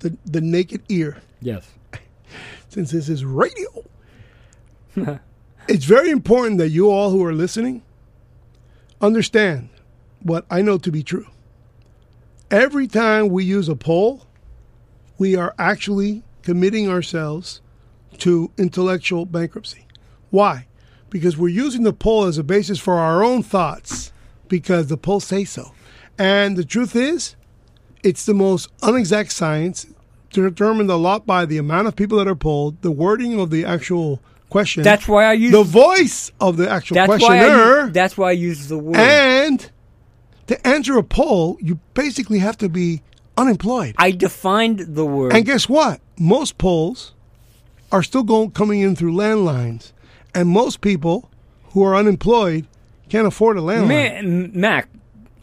the the naked ear,
yes.
since this is radio. it's very important that you all who are listening understand what I know to be true. Every time we use a poll, we are actually committing ourselves to intellectual bankruptcy. Why? Because we're using the poll as a basis for our own thoughts because the poll say so. And the truth is, it's the most unexact science determined a lot by the amount of people that are polled, the wording of the actual question.
That's why I use-
the voice of the actual
That's why. I,
questioner.
u- that's why I use the word.
and to answer a poll, you basically have to be unemployed.
I defined the word.
And guess what? Most polls are still going coming in through landlines, and most people who are unemployed can't afford a landline.
Man, Mac,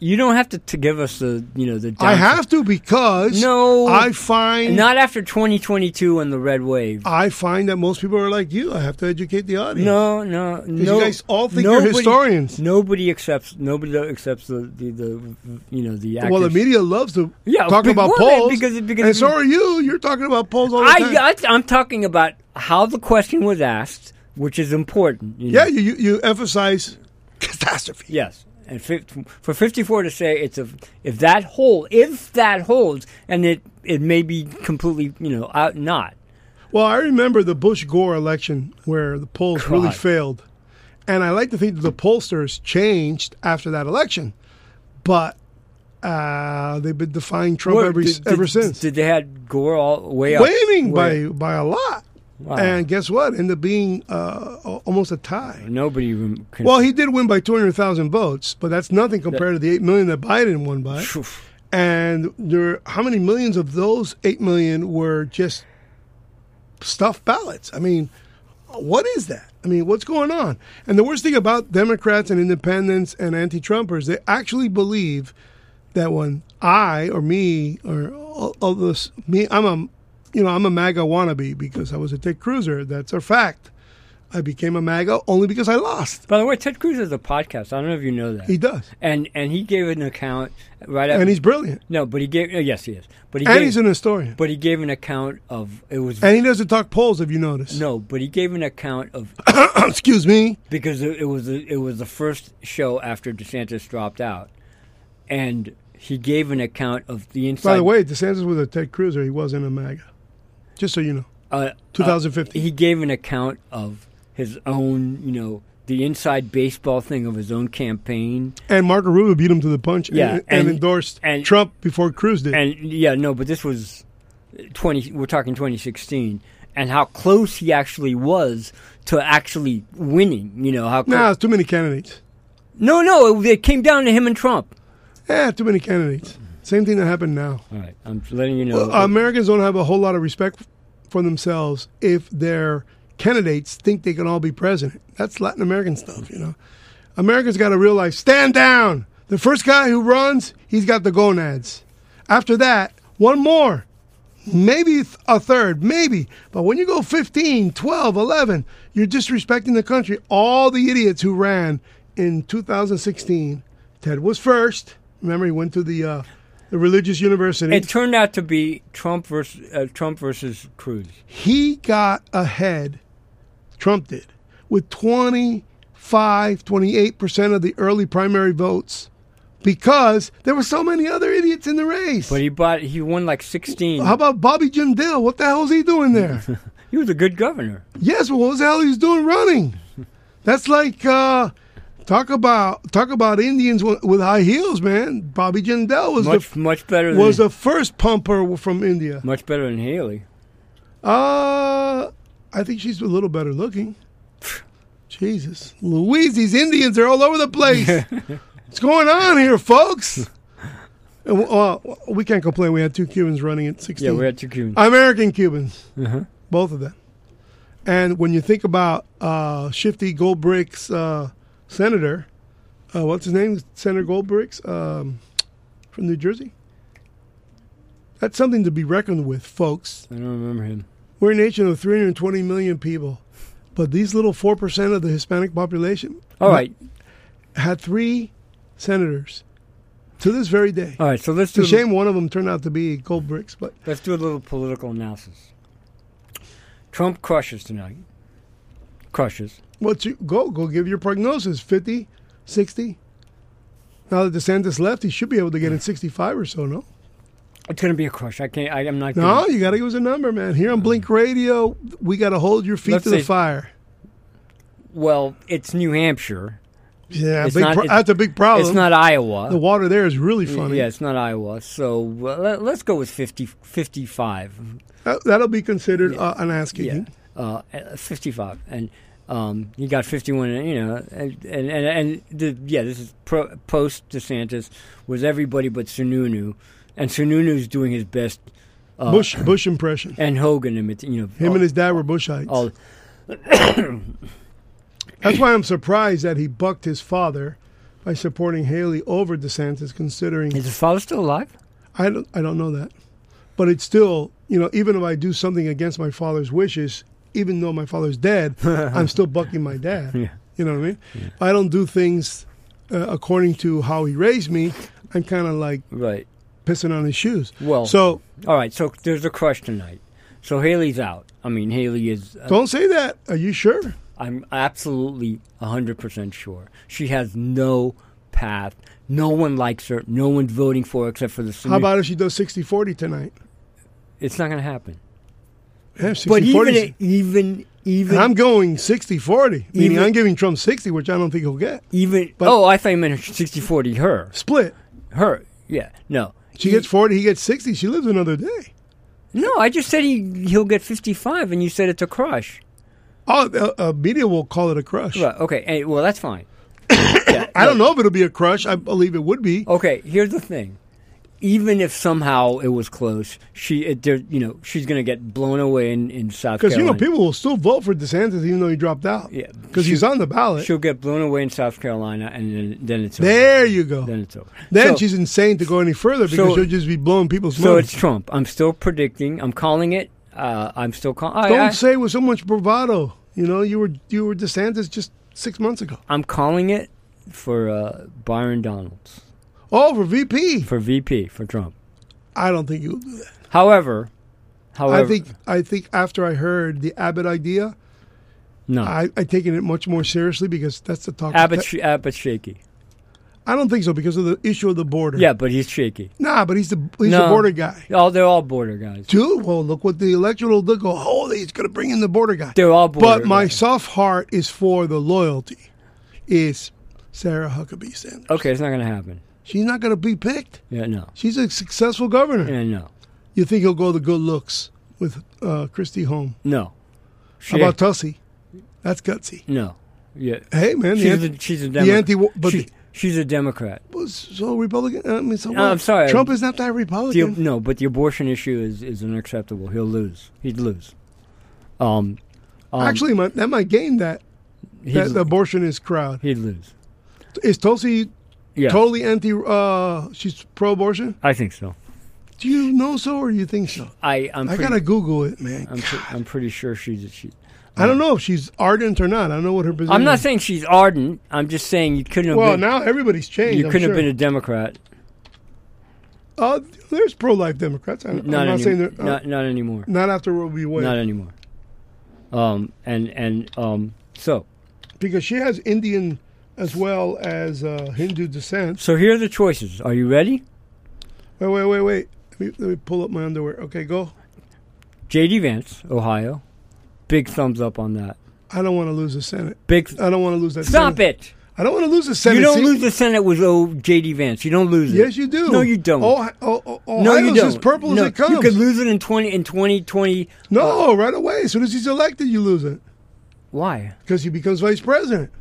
you don't have to, to give us the you know the.
I
downside.
have to because
No,
I find
not after 2022 and the red wave.
I find that most people are like you. I have to educate the audience.
No, no, no.
guys all think you're historians.
Nobody accepts. Nobody accepts the the, the you know the. Actors.
Well, the media loves to
Yeah,
talk
be-
about
well, then,
polls,
because- because
and
if
so
you-
are you. You're talking about polls all the time.
I, I I'm talking about how the question was asked, which is important. you know.
yeah, you, you you emphasize catastrophe.
Yes, and fif- for 54 to say it's a if that hold if that holds, and it it may be completely you know out not.
Well, I remember the Bush Gore election where the polls really
God.
failed. And I like to think that the pollsters changed after that election. But uh, they've been defying Trump
Well,
every,
did-
ever
did-
since.
Did they had Gore all way up?
Winning
way
by,
up.
by a lot.
Wow.
And guess what? Ended up being uh, al- almost a tie.
nobody. rem- Can,
Well, he did win by 200,000 votes, but that's nothing compared to the 8 million that Biden won by.
Phew.
And there, how many millions of those 8 million were just stuffed ballots? I mean, what is that? I mean, what's going on? And the worst thing about Democrats and independents and anti Trumpers, they actually believe that when I or me or all, all this, me, I'm a, you know, I'm a MAGA wannabe because I was a Ted Cruiser. That's a fact. I became a MAGA only because I lost.
by the way, Ted Cruz has a podcast. I don't know if you know that.
He does.
and and he gave an account right after.
And he's brilliant.
no, but he gave. uh, Yes, he is. But he
And
gave,
he's an historian.
But he gave an account of it was
And he doesn't talk polls, if you notice.
no. But he gave an account of
Excuse me.
because it, it was the, it was the first show after DeSantis dropped out, and he gave an account of the inside.
By the way, DeSantis was a Ted Cruiser. He wasn't a MAGA. Just so you know.
uh,
2015.
he gave an account of his own, you know, the inside baseball thing of his own campaign,
and Marco Rubio beat him to the punch and-
Yeah,
and,
and-
endorsed
and-
Trump before Cruz did.
and yeah, no, but this was twenty. We're talking 2016, and how close he actually was to actually winning. You know how? Close,
nah, it's too many candidates.
no, no, it, it came down to him and Trump.
Yeah, Eh, too many candidates.
Mm-hmm.
Same thing that happened now.
All right,
um,
I'm letting you know.
Americans don't have a whole lot of respect for themselves if their candidates think they can all be president. That's Latin American stuff, you know. America's got to realize stand down. The first guy who runs, he's got the gonads. After that, one more, maybe th- a third, maybe. But when you go 15, 12, 11, you're disrespecting the country. All the idiots who ran in 2016, Ted was first. Remember, he went to the, uh, the religious university.
It turned out to be Trump versus uh, Trump versus Cruz.
he got ahead, Trump did, with 25, 28% of the early primary votes because there were so many other idiots in the race.
But he bought he won like sixteen.
How about Bobby Jim Dill? What the hell is he doing there?
he was a good governor.
yes, but what was the hell he was doing running? That's like uh, talk about talk about Indians with, with high heels, man. Bobby Jindal was
Much
the
much better
was
than
the first pumper from India.
much better than Haley.
Uh, I think she's a little better looking. Jesus. Louise, these Indians are all over the place. What's going on here, folks? And, w- uh, we can't complain. We had two Cubans running at 16.
Yeah, we had Uh-huh. two Cubans.
American Cubans, both of them. And when you think about uh, Shifty Goldbrick's uh, senator, uh, what's his name? Senator Goldbrick's um, from New Jersey. That's something to be reckoned with, folks.
I don't remember him.
We're a nation of 320 million people, but these little 4% of the Hispanic population
All right,
had three senators to this very day.
all right. So let's
it's a
do
shame one of them turned out to be Goldbricks, but
let's do a little political analysis. Trump crushes tonight. Crushes.
what you go go give your prognosis 50, 60. Now that DeSantis left, he should be able to get in 65 or so, no?
It's going to be a crush. I can't. I, I'm not.
No, you got to give us a number, man. Here on Blink Radio, we got to hold your feet
Let's
to the
say-
fire.
Well, it's New Hampshire.
Yeah,
It's
big
not-
pro-
it's-
that's a big problem.
It's not Iowa.
the water there is really funny.
Yeah, it's not Iowa. So uh, let, let's go with 50, 55.
That, that'll be considered uh, an ass
Yeah,
kicking.
uh, uh, 55, and um, you got 51. and, You know, and and and, and the, yeah, this is pro, post DeSantis was everybody but Sununu, and Sununu's doing his best, Uh,
Bush Bush impression.
and Hogan, imit- you know,
Him
all-
and his dad were Bushites.
all-
That's why I'm surprised that he bucked his father by supporting Haley over DeSantis, considering
oh, is his father still alive?
I don't, I don't know that. But it's still, you know, even if I do something against my father's wishes, even though my father's dead, I'm still bucking my dad.
Yeah.
You know what I mean? I don't do things uh, according to how he raised me. I'm kind of like
Right.
pissing on his shoes.
Well-
so
All right. So there's a crush tonight. So Haley's out. I mean, Haley is. Uh,
don't say that. Are you sure?
I'm absolutely 100% sure. She has no path. No one likes her. No one's voting for her except for the
How
Sununu.
about if she does 60 40 tonight?
it's not going to happen.
Yeah, 60
But even even even
And I'm going 60 40, meaning
Even-
I'm giving Trump 60, which I don't think he'll get.
even
but-
oh, I thought you meant 60-40 her
Split.
her yeah no
She gets 40, he gets 60. She lives another day.
no. I just said he he'll get fifty five, and you said it's a crush.
Oh, the uh, media will call it a crush.
Right? Okay. eh, well, that's fine.
I don't know if it'll be a crush. I believe it would be.
Okay. Here's the thing. Even if somehow it was close, she it, there, you know she's going to get blown away in in South
Because, you
Carolina.
know, people will still vote for DeSantis even though he dropped out.
Yeah.
Because he's on the ballot.
she'll get blown away in South Carolina, and then then it's over.
There you go.
Then
Then,
it's over. So-
she's insane to go any further because
so-
she'll just be blowing people's
so
minds.
it's Trump. I'm still predicting. I'm calling it. Uh, I'm still calling.
Don't say with so much bravado. You know, you were you were DeSantis just six months ago.
I'm calling it for uh, Byron Donalds
Oh, for VP.
for VP for Trump.
I don't think he will do that.
However, however,
I think I think after I heard the Abbott idea,
no.
I I taken it much more seriously because that's the talk.
Abbott's, sh- Abbott's shaky.
I don't think so because of the issue of the border.
Yeah, but he's shaky.
Nah, but he's the he's
no.
the border guy.
Oh, they're all border guys.
Dude, well, look what the electoral did go. Holy, he's going to bring in the border guy.
They're all border
But my
guys.
soft heart is for the loyalty. Is Sarah Huckabee Sanders?
Okay, it's not going to happen.
She's not going to be picked.
Yeah, no.
She's a successful governor.
Yeah, no.
You think he'll go the good looks with uh, Christy Home?
No.
How
She,
about Tussie? That's gutsy.
No. Yeah.
Hey man, the
She's
anti-
a, she's a
the
Democrat.
anti, but
she,
the-
she's a Democrat.
was so Republican. uh, I mean, so
No,
what?
Uh, I'm sorry.
Trump is not that
The,
Republican.
no, but the abortion issue is, is unacceptable. He'll lose. He'd lose. Um,
Actually, my, that might gain that,
He'd,
that abortionist crowd.
he'd lose.
Is Tulsi
Yeah,
totally anti? Uh, she's pro-abortion.
I think so.
Do you know so, or you think so?
I I'm
I
pretty,
gotta Google it, man.
I'm, pre- I'm pretty sure she's she.
I don't know if she's ardent or not. I don't know what her position.
I'm not
is.
saying she's ardent. I'm just saying you couldn't have
Well,
been.
now everybody's changed.
you
I'm
couldn't
sure.
have been a Democrat.
Uh, there's pro-life Democrats. I, I'm
Not
not
any-
saying that. Uh,
not, not anymore.
not after Roe v. Wade,
Not anymore. Um, and and um, so
because she has Indian as well as uh, Hindu descent.
so here are the choices. Are you ready?
Wait, wait, wait, wait. Let me, let me pull up my underwear. Okay, go.
J.D. Vance, Ohio. Big thumbs up on that.
I don't want to lose the Senate.
Big.
I don't want to lose that.
stop it.
I don't want to lose the Senate.
You don't
See-
lose the Senate with oh, J.D. Vance. You don't lose it.
Yes, you do.
No, you don't.
Oh, oh, oh, oh
no, you don't.
as purple
no,
as it comes.
You could lose it in twenty in twenty twenty.
no, right away. As soon as he's elected, you lose it
Why?
because he becomes vice president.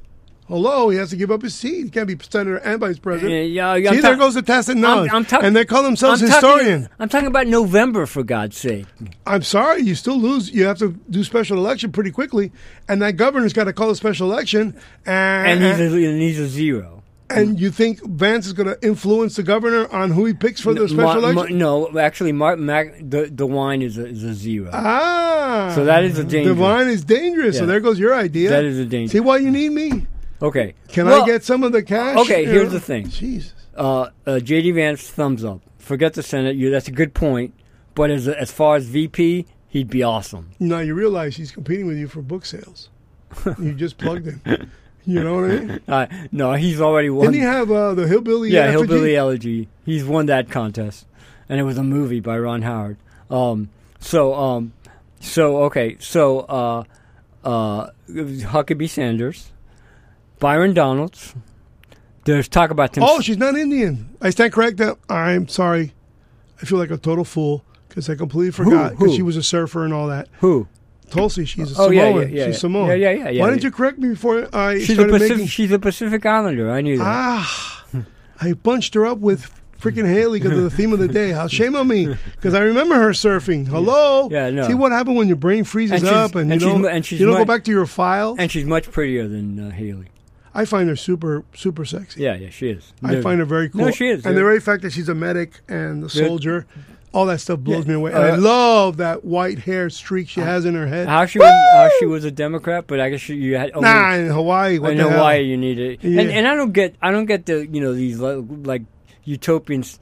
Hello, he has to give up his seat. He can't be senator and vice president.
Yeah, yeah, yeah, I'm
See,
ta-
there goes the tacit knowledge.
I'm- I'm ta-
and they call themselves
I'm
historian.
Talking, I'm talking about November, for God's sake.
I'm sorry, you still lose. You have to do special election pretty quickly, and that governor's got to call a special election.
And
And
he's a, and he's a zero.
and you think Vance is going to influence the governor on who he picks for the
Ma-
special
ma-
election?
no, actually, Mark Mac, the the wine is a, is a zero.
ah,
So that is a danger.
Divine is dangerous. So
Yeah.
there goes your idea.
That is a danger.
See why you need me?
okay.
Can
Well,
I get some of the cash?
okay,
You
here's
know?
the thing.
Jesus.
uh, uh, JD Vance thumbs up? Forget the Senate. You, that's a good point. But as as far as VP, he'd be awesome.
Now you realize he's competing with you for book sales. you just plugged him. You know what I mean?
Uh, no, he's already won.
Didn't he have uh, the hillbilly?
yeah,
effigy?
Hillbilly Elegy. He's won that contest, and it was a movie by Ron Howard. Um, so, um, so okay, so uh, uh, Huckabee Sanders, Byron Donalds. There's talk about Tim.
Oh, she's not Indian. I stand corrected. I'm sorry. I feel like a total fool because I completely forgot
who?
because she was a surfer and all that.
who?
Tulsi, she's a
Oh, yeah,
Samoan.
yeah, yeah,
she's
yeah.
Samoan.
Yeah, yeah, yeah, yeah,
Why
yeah.
didn't you correct me before I
She's a
started
Pacific.
making?
She's a Pacific Islander. I knew that.
Ah, I bunched her up with freaking Haley because of the theme of the day. How shame on me because I remember her surfing. Hello.
Yeah, I know.
See what happened when your brain freezes
And she's-
up and,
and
you
she's
don't
mu- and she's
you don't
mu-
go back to your file.
and she's much prettier than uh, Haley.
I find her super super sexy.
Yeah, yeah, she is.
I find her very cool.
No, she is.
And the very fact that she's a medic and a soldier, all that stuff blows
Yeah.
me away. And I
Uh,
love that white hair streak she has in her head.
how she was, how she was a Democrat, but I guess she, you had oh, only,
nah, in Hawaii. What
in
the hell?
Hawaii you need it.
Yeah.
And and I don't get I don't get the you know these li- like utopians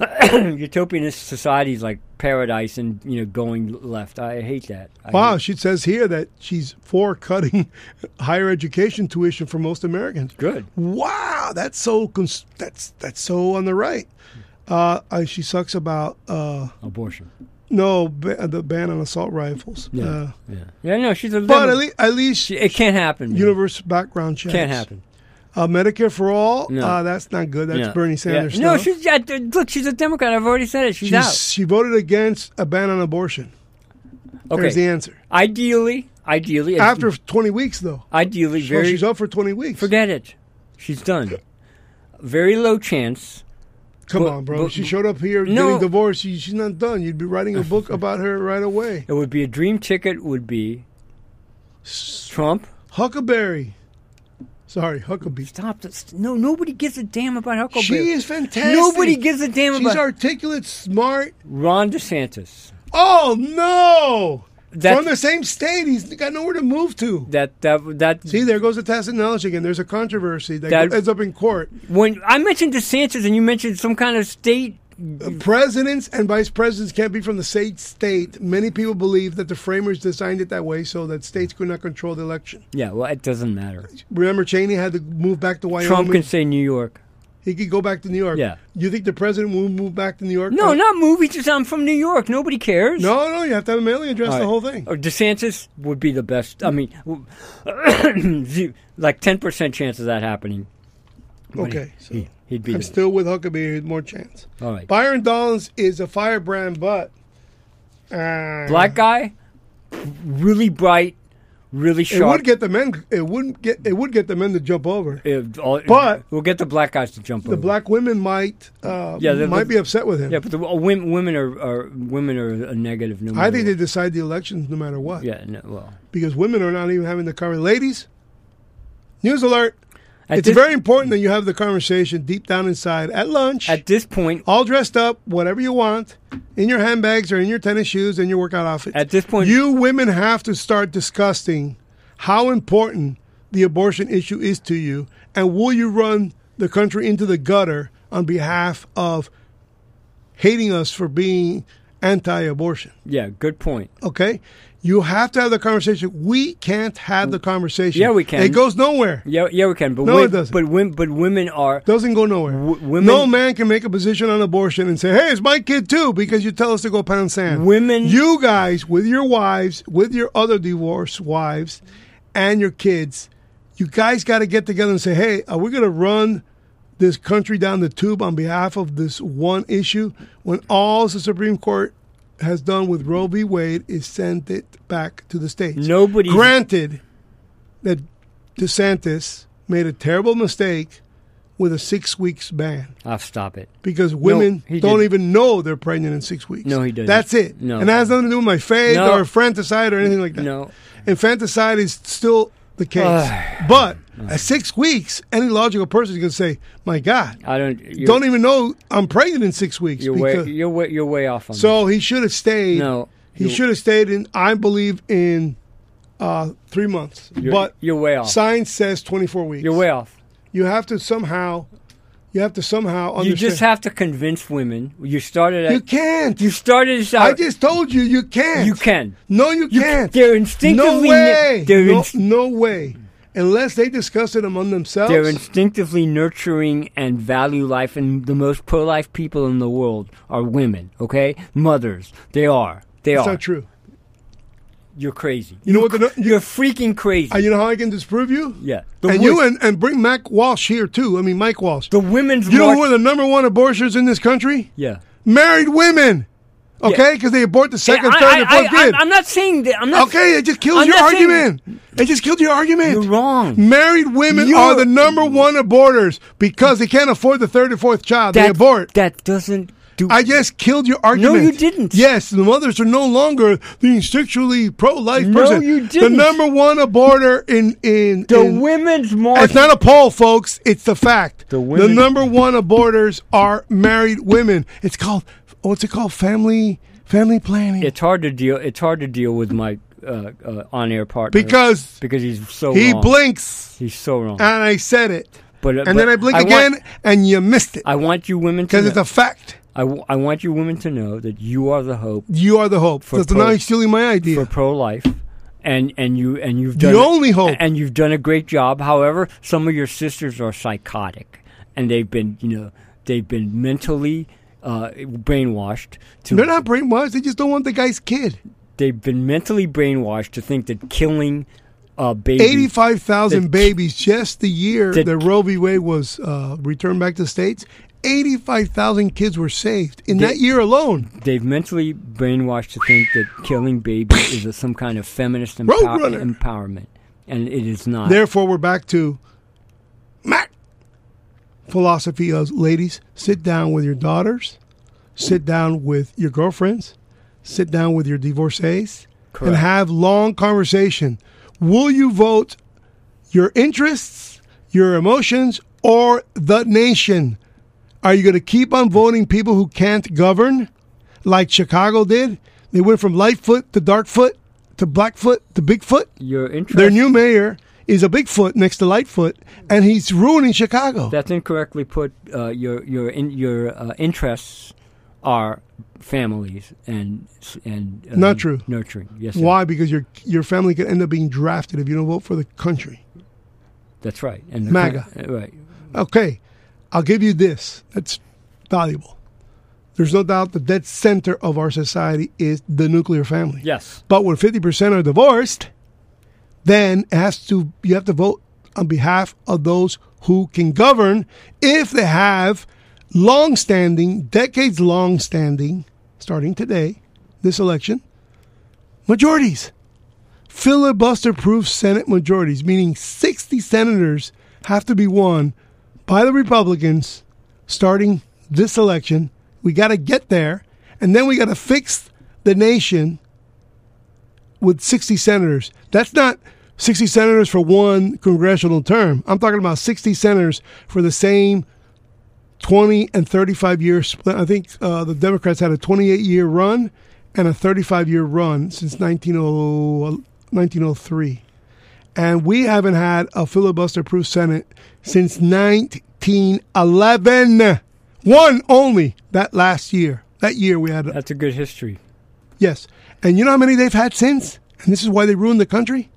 utopian societies like paradise and you know going left. I hate that. I
Wow,
hate-
she says here that she's for cutting higher education tuition for most Americans.
good.
Wow, that's so cons- that's that's so on the right. Uh, I, she sucks about uh,
Abortion.
no ba- the ban on assault rifles.
Yeah.
Uh,
yeah. Yeah, no, she's a
but at,
Demo-
le- at least
she- it can't happen. man.
universal background checks
can't happen.
Uh, Medicare for all?
No.
Uh, that's not good. That's
Yeah.
Bernie
Yeah.
Sanders.
No,
stuff.
she's yeah, d- look, she's a Democrat. I've already said it. She's,
She's- she voted against a ban on abortion.
out.
There's the
Okay.
answer.
Ideally, ideally
After 20 weeks, though.
ideally
Well,
very
she's up for 20 weeks.
Forget it. She's done. Very low chance.
Come
but-
on, bro.
but-
she showed up here
No.
getting divorced. She, she's not done. You'd be writing a book about her right away.
It would be a dream ticket would be Trump.
Huckleberry. Sorry, Huckabee.
Stop this. No, nobody gives a damn about Huckleberry.
She is fantastic.
Nobody gives a damn
She's
about
articulate, smart.
Ron DeSantis.
Oh, no.
That-
From the same state. He's got nowhere to move to.
That that that
See, there goes the tacit knowledge again. There's a controversy that,
That-
ends up in court.
when I mentioned DeSantis and you mentioned some kind of state
Presidents and vice presidents can't be from the same state. Many people believe that the framers designed it that way so that states could not control the election.
Yeah, well it doesn't matter.
Remember, Cheney had to move back to Wyoming.
Trump can say New York.
he could go back to New York.
Yeah.
You think the president will move back to New York?
No,
Uh,
not movies. Just I'm from New York. Nobody cares.
No, no. You have to have a mailing address.
All
The
right.
whole thing.
Or DeSantis would be the best. I mean, ze- like ten percent chance of that happening.
Okay. So
He, would be.
I'm
the-
still with Huckabee. More chance.
all right.
Byron Donalds is a firebrand, but uh,
Black guy, really bright, really
It
sharp.
would get the men. It wouldn't get. It would get the men to jump over.
It- all-
But-
we'll get the black guys to jump
The
over.
black women might. Uh,
Yeah, the-
might
the-
be upset with him.
Yeah, but the, uh, women, women are, are women are a negative. No
I think they
matter
decide the elections no matter what.
what. Yeah, no, well,
Because women are not even having the conversation. Ladies, news alert.
at
it's
this,
very important that you have the conversation deep down inside at lunch,
at this point.
all dressed up, whatever you want, in your handbags or in your tennis shoes and your workout outfit.
At this point-
you women have to start discussing how important the abortion issue is to you, and will you run the country into the gutter on behalf of hating us for being anti-abortion?
Yeah, good point.
Okay, you have to have the conversation. We can't have the conversation.
Yeah, we can.
It goes nowhere.
Yeah, yeah, we can. But
No,
wo-
it doesn't.
But women, but women are.
Doesn't go nowhere.
W- women-
no man can make a position on abortion and say, "Hey, it's my kid too," because you tell us to go pound sand.
Women-
you guys, with your wives, with your other divorced wives, and your kids, you guys got to get together and say, "Hey, are we going to run this country down the tube on behalf of this one issue?" When all the Supreme Court has done with Roe v. Wade is send it back to the states.
Nobody's-
granted that DeSantis made a terrible mistake with a six weeks ban
I'll Ah, stop it.
because women
he
don't
didn't.
even know they're pregnant in six weeks.
No, he didn't.
That's it.
No.
And that has nothing to do with my faith
No.
or infanticide or anything like that.
No.
Infanticide is still the case. but at six weeks, any logical person is going to say, my God,
I don't. You're,
don't even know I'm pregnant in six weeks.
You're
because-
way, you're way, you're way off on
so he should have stayed.
No,
He
you-
should have stayed in, I believe, in uh, three months.
You're-
but
you're way off.
Science says 24 weeks.
This. You're way off.
You have to somehow, you have to somehow understand.
You just have to convince women. You started. At,
You can't.
You started this out.
I just told you you can't.
You can.
No, you can't.
They're instinctively.
no way.
They're
no,
inst-
no way. Unless they discuss it among themselves.
They're instinctively nurturing and value life, and the most pro-life people in the world are women. Okay, mothers. They are. They
it's
are.
not true.
You're crazy.
You know what the nu- you-
You're freaking crazy.
Uh, you know how I can disprove you?
yeah. The
And
wo-
you and, and bring Mac Walsh here too. I mean Mike Walsh.
the women's
you know
march-
who are the number one abortions in this country?
yeah.
Married women. Okay, because they abort the second,
I-
third,
I,
and fourth
I,
kid.
am not saying that. I'm not.
okay, it just kills
I'm
your
not saying-
argument. It just killed your argument.
You're wrong. Mm.
Married women
You're-
are the number one aborters because they can't afford the third and fourth child. they
That-
abort.
That doesn't do.
I just killed your argument.
you didn't.
Yes, the mothers are no longer the instinctually pro-life
No,
person.
you
The
didn't.
number one aborter in in
the
in-
women's march.
It's not a poll, folks. It's the fact.
The women-
the number one aborters are married women. It's called what's it called? Family family planning.
it's hard to deal. It's hard to deal with my uh, uh, on-air partner
because
because he's so
he
wrong.
blinks
He's so wrong.
and I said it,
but uh,
and then
but
I blink
want-
again, and you missed it
I want you women to
because
know.
it's a fact.
I, w- I want you women to know that you are the hope
You are the hope.
For
Because now
pro-
you're stealing my
for
idea.
pro-life, and and you and you've
The
done
only hope.
and you've done a great job. However, some of your sisters are psychotic, and they've been you know they've been mentally uh, brainwashed to
They're not brainwashed. They just don't want the guy's kid.
they've been mentally brainwashed to think that killing a baby
Eighty-five
The-
thousand babies just the year
The-
that Roe v. Wade was uh, returned back to the states. Eighty-five thousand kids were saved in
The-
that year alone.
they've mentally brainwashed to think that killing babies is a, some kind of feminist empower-
Roadrunner.
empowerment, and it is not.
Therefore, we're back to Mac philosophy of ladies, sit down with your daughters, sit down with your girlfriends, sit down with your divorcees,
Correct.
and have long conversation. Will you vote your interests, your emotions, or the nation? Are you going to keep on voting people who can't govern, like Chicago did? They went from Lightfoot to Darkfoot to Blackfoot to Bigfoot.
Your interest.
Their new mayor is a Bigfoot next to Lightfoot, and he's ruining Chicago.
That's incorrectly put. Uh, your your in, your uh, interests are families and and uh,
Not true.
Nurturing. Yes. sir.
Why? Because your your family could end up being drafted if you don't vote for the country.
That's right. And
MAGA.
uh, Right.
Okay, I'll give you this. That's valuable. There's no doubt the dead center of our society is the nuclear family.
Yes.
But when 50% are divorced, then it has to you have to vote on behalf of those who can govern if they have long-standing, decades long-standing, starting today, this election, majorities. filibuster proof Senate majorities, meaning 60 senators have to be won by the Republicans starting this election. We got to get there. And then we got to fix the nation with 60 senators. That's not 60 senators for one congressional term. I'm talking about 60 senators for the same 20 and 35 year split. I think uh, the Democrats had a 28 year run and a 35 year run since oh, 1900 1903. And we haven't had a filibuster proof Senate since 1911. One only that last year. That year we had,
That's a good history.
yes. And you know how many they've had since? And this is why they ruined the country?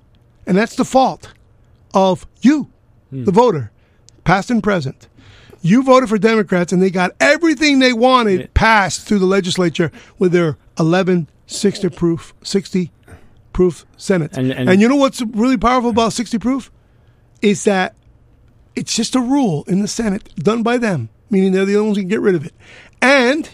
And that's the fault of you,
Hmm.
the voter, past and present. You voted for Democrats and they got everything they wanted passed through the legislature with their 11 60 proof, 60 proof Senate.
And-
And,
and-
you know what's really powerful about 60 proof? Is that it's just a rule in the Senate done by them, meaning they're the only ones who can get rid of it. And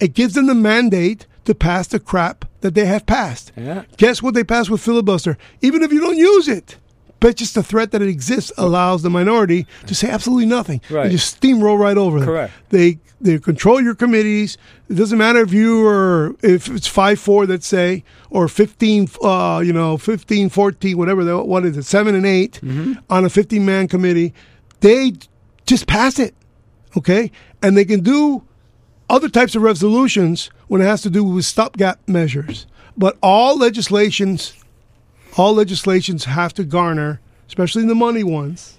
it gives them the mandate to pass the crap that they have passed.
Yeah.
Guess what they passed with filibuster? Even if you don't use it, but just the threat that it exists allows the minority to say absolutely nothing. They
Right.
just steamroll right over them.
Correct.
They they control your committees. It doesn't matter if you are if it's five four, let's say, or fifteen, uh, you know, 15, 14, whatever. They, what is it? Seven and 8
Mm-hmm.
on a fifteen man committee. They just pass it, okay, and they can do other types of resolutions when it has to do with stopgap measures. But all legislations, all legislations have to garner, especially the money ones,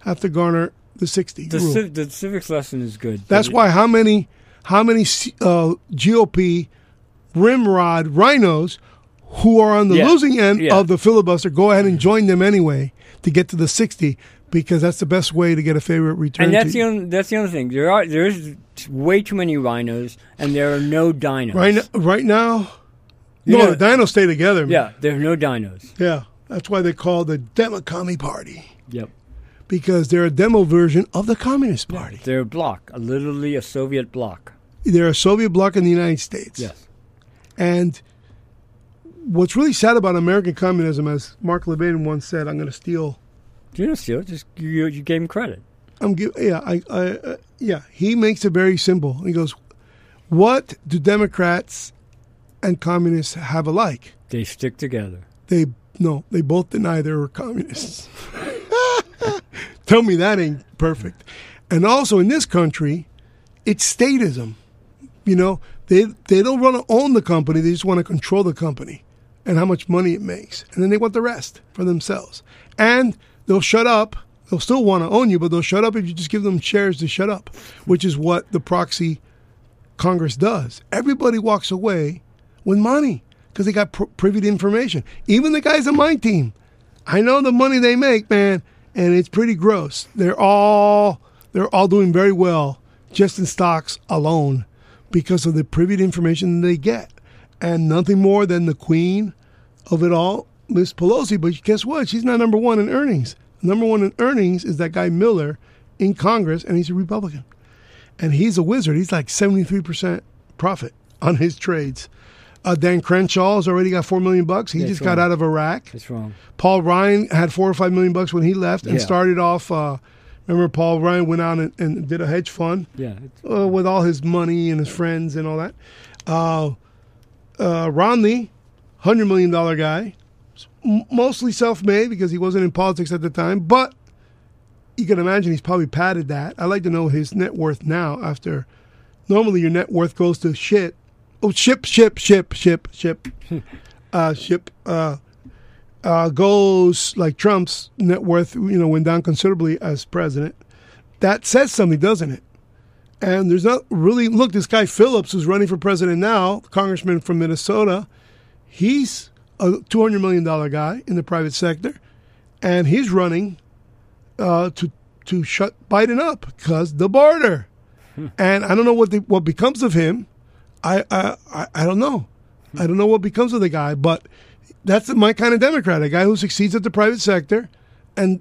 have to garner the sixty
The,
rule.
civ- the civics lesson is good.
That's
But-
why how many how many uh, GOP rimrod rhinos who are on the
Yeah,
losing end
yeah.
of the filibuster go ahead and join them anyway to get to the sixty because that's the best way to get a favorite return.
And
to-
that's the only, that's the other thing. There are there is t- way too many rhinos, and there are no dinos.
right n- right now.
You
no,
know-
the dinos stay together. man.
Yeah, there are no dinos.
yeah. That's why they call the Democami Party
Yep.
because they're a demo version of the Communist Party.
They're a block, a, literally a Soviet bloc.
They're a Soviet bloc in the United States.
Yes.
And what's really sad about American communism, as Mark Levin once said, I'm going to steal.
You know, still, just you, you gave him credit.
I'm give, yeah, I, I, uh, yeah. He makes it very simple. He goes, "What do Democrats and communists have alike?
They stick together.
They no, they both deny they were communists. Tell me that ain't perfect. And also in this country, it's statism. You know, they they don't want to own the company; they just want to control the company and how much money it makes, and then they want the rest for themselves. And they'll shut up. They'll still want to own you, but they'll shut up if you just give them shares to shut up, which is what the proxy Congress does. Everybody walks away with money because they got pr- privy to information. Even the guys on my team, I know the money they make, man, and it's pretty gross. They're all they're all doing very well just in stocks alone because of the privy to information they get, and nothing more than the queen of it all, Miss Pelosi. But guess what? She's not number one in earnings. Number one in earnings is that guy Miller in Congress, and he's a Republican and he's a wizard. He's like 73% profit on his trades. Uh, Dan Crenshaw's already got 4 million bucks. He
Yeah,
just
sure.
got out of Iraq.
It's wrong.
Paul Ryan had 4 or 5 million bucks when he left and
Yeah.
started off uh, remember Paul Ryan went out and, and did a hedge fund
Yeah. It's,
uh, with all his money and his friends and all that. Uh, uh, Romney, hundred million dollar guy, m- mostly self made because he wasn't in politics at the time, but you can imagine he's probably padded that. I'd like to know his net worth now. After normally your net worth goes to shit. Oh, ship, ship, ship, ship, ship, uh, ship. Uh, uh, goes like Trump's net worth, you know, went down considerably as president. That says something, doesn't it? And there's not really look. This guy Phillips, who's running for president now, congressman from Minnesota, he's a two hundred million dollar guy in the private sector, and he's running uh, to to shut Biden up because the border. and I don't know what the, what becomes of him. I I I, I don't know. I don't know what becomes of the guy, but that's my kind of Democrat, a guy who succeeds at the private sector, and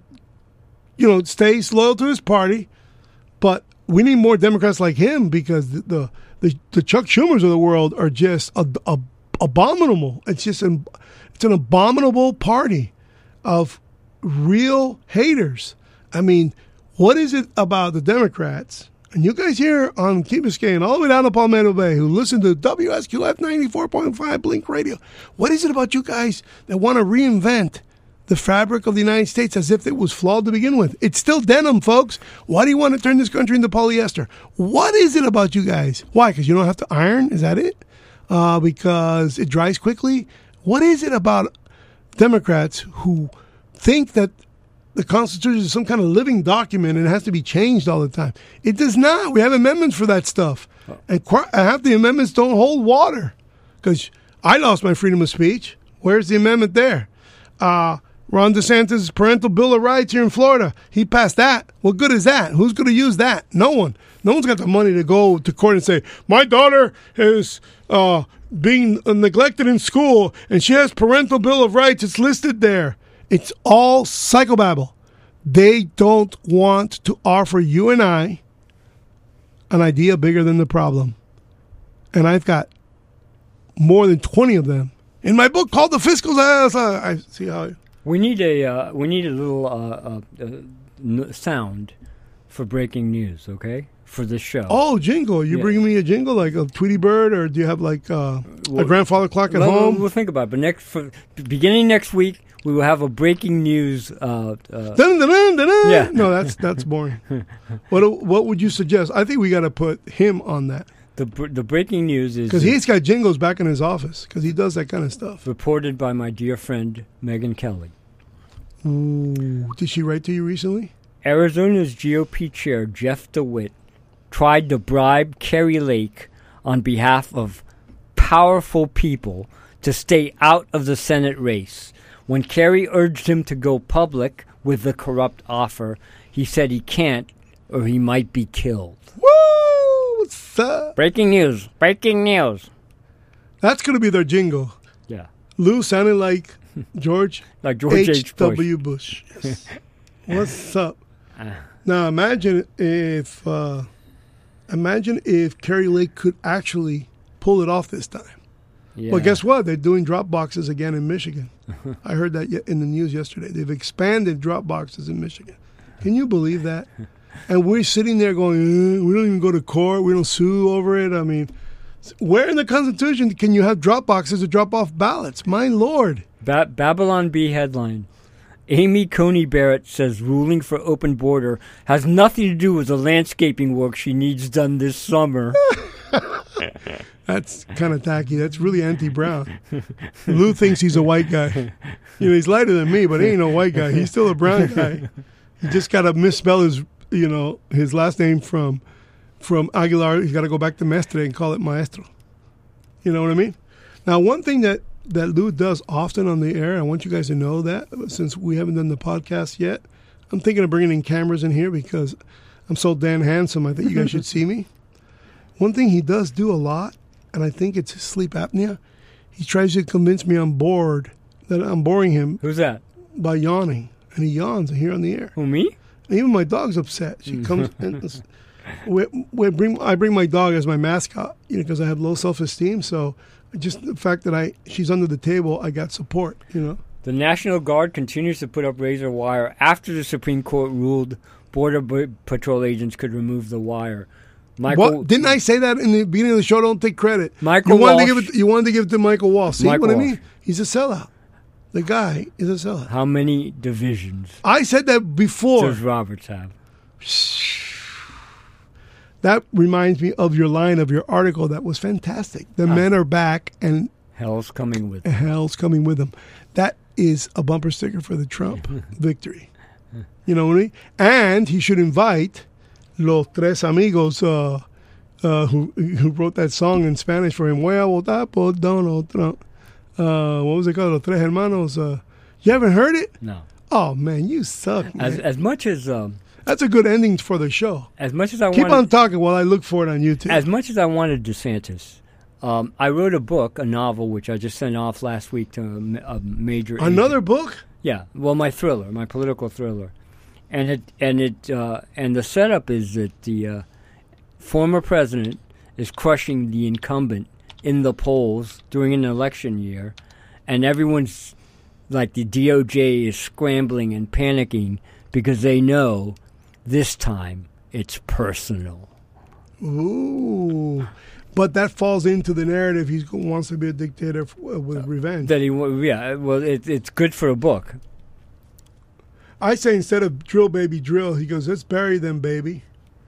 you know stays loyal to his party. But we need more Democrats like him because the the, the, the Chuck Schumers of the world are just a, a, abominable. It's just an it's an abominable party of real haters. I mean, what is it about the Democrats? And you guys here on Key Biscayne, all the way down to Palmetto Bay, who listen to WSQF 94.5 Blink Radio, what is it about you guys that want to reinvent the fabric of the United States as if it was flawed to begin with? It's still denim, folks. Why do you want to turn this country into polyester? What is it about you guys? Why? Because you don't have to iron? Is that it? Uh, because it dries quickly? What is it about Democrats who think that the Constitution is some kind of living document and it has to be changed all the time. It does not. We have amendments for that stuff, and qu- half the amendments don't hold water because I lost my freedom of speech. Where's the amendment there? Uh, Ron DeSantis' parental bill of rights here in Florida. He passed that. What good is that? Who's going to use that? No one. No one's got the money to go to court and say, my daughter is uh, being neglected in school and she has parental bill of rights. It's listed there. It's all psychobabble. They don't want to offer you and I an idea bigger than the problem. And I've got more than 20 of them in my book called The Fiscal. I I see how.
We need a uh, we need a little uh, uh, uh, n- sound for breaking news, okay? For this show.
Oh, jingle. You
Yeah.
bringing me a jingle like a Tweety Bird, or do you have like uh, a
Well,
grandfather clock at
Well, we'll-
home?
We'll think about it. But next, for, beginning next week, we will have a breaking news. Uh, uh,
Dun, dun, dun, dun, dun.
Yeah.
No, that's that's boring. what do- what would you suggest? I think we got to put him on that
the br- the breaking news is
because he's got jingles back in his office because he does that kind of stuff.
reported by my dear friend Megan Kelly.
Ooh, did she write to you recently?
Arizona's GOP chair Jeff DeWitt tried to bribe Kerry Lake on behalf of powerful people to stay out of the Senate race. When Kerry urged him to go public with the corrupt offer, he said he can't or he might be killed.
Woo! What's up?
Breaking news! Breaking news!
That's gonna be their jingle.
Yeah.
Lou sounded like George
Like George H. Bush.
H.W. Bush. Yes. What's up?
Ah.
Now imagine if uh, imagine if Kerry Lake could actually pull it off this time.
Yeah.
Well, guess what? They're doing drop boxes again in Michigan. I heard that ye- in the news yesterday. They've expanded drop boxes in Michigan. Can you believe that? And we're sitting there going, "Eh, we don't even go to court. We don't sue over it. I mean, s- where in the Constitution can you have drop boxes to drop off ballots? My lord.
Ba- Babylon B headline. Amy Coney Barrett says ruling for open border has nothing to do with the landscaping work she needs done this summer.
That's kind of tacky. That's really anti-brown. Lou thinks he's a white guy. You know, he's lighter than me, but he ain't no white guy. He's still a brown guy. He just got to misspell his, you know, his last name from from Aguilar. He's got to go back to Mestre and call it Maestro. You know what I mean? Now, one thing that that Lou does often on the air, I want you guys to know that since we haven't done the podcast yet, I'm thinking of bringing in cameras in here because I'm so damn handsome. I think you guys should see me. One thing he does do a lot, and I think it's his sleep apnea. He tries to convince me I'm bored, that I'm boring him
Who's that?
by yawning, and he yawns here on the air.
Who me?
And even my dog's upset. She comes and we, we bring I bring my dog as my mascot, you know, because I have low self esteem. So just the fact that I she's under the table, I got support. You know,
The National Guard continues to put up razor wire after the Supreme Court ruled border b- patrol agents could remove the wire. Michael
what didn't I say that in the beginning of the show? Don't take credit.
Michael
you wanted to
Walsh.
give it. You wanted to give it to Michael Walsh. See
Michael
what I
Walsh.
mean? He's a sellout. The guy is a sellout.
How many divisions
I said that before.
does Roberts have?
That reminds me of your line of your article that was fantastic. The men are back and
Hell's coming with.
hell's coming with them. That is a bumper sticker for the Trump victory. You know what I mean? And he should invite Los Tres Amigos, uh, uh, who, who wrote that song in Spanish for him. Voy a votar por Donald Trump. Uh, what was it called? Los Tres Hermanos. Uh, you haven't heard it?
No.
Oh, man, you suck, man.
As, as much as um,
That's a good ending for the show.
as much as I
Keep
wanted,
on talking while I look for it on YouTube.
As much as I wanted DeSantis, um, I wrote a book, a novel, which I just sent off last week to a, ma- a major agent.
Another book?
Yeah, well, my thriller, my political thriller, and it and it uh, and the setup is that the uh, former president is crushing the incumbent in the polls during an election year, and everyone's like the DOJ is scrambling and panicking because they know this time it's personal.
Ooh. But that falls into the narrative. He wants to be a dictator f- uh, with revenge.
Uh, That he, wa- yeah, well, it, it's good for a book.
I say instead of drill, baby, drill, he goes, let's bury them, baby.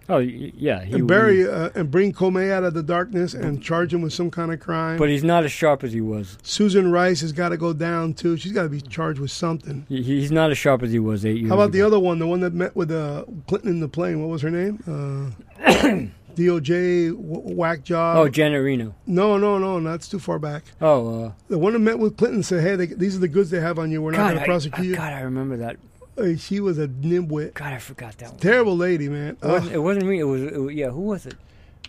Oh, y- yeah, he
And
would-
bury uh, and bring Comey out of the darkness and charge him with some kind of crime.
But he's not as sharp as he was.
Susan Rice has got to go down too. She's got to be charged with something.
He- He's not as sharp as he was eight years.
How about the
ago.
other one, the one that met with uh, Clinton in the plane? What was her name? Uh, DOJ wh- whack job.
Oh, Janarino.
no, no, no, no, that's too far back.
Oh, uh,
The one that met with Clinton said, "Hey, they, these are the goods they have on you. We're not
God,
going to
I,
prosecute
I,
you."
God, I remember that.
Uh, she was a nimwit,
God, I forgot that one.
terrible lady, man.
It wasn't, it wasn't me. It was, it was- yeah. Who was it?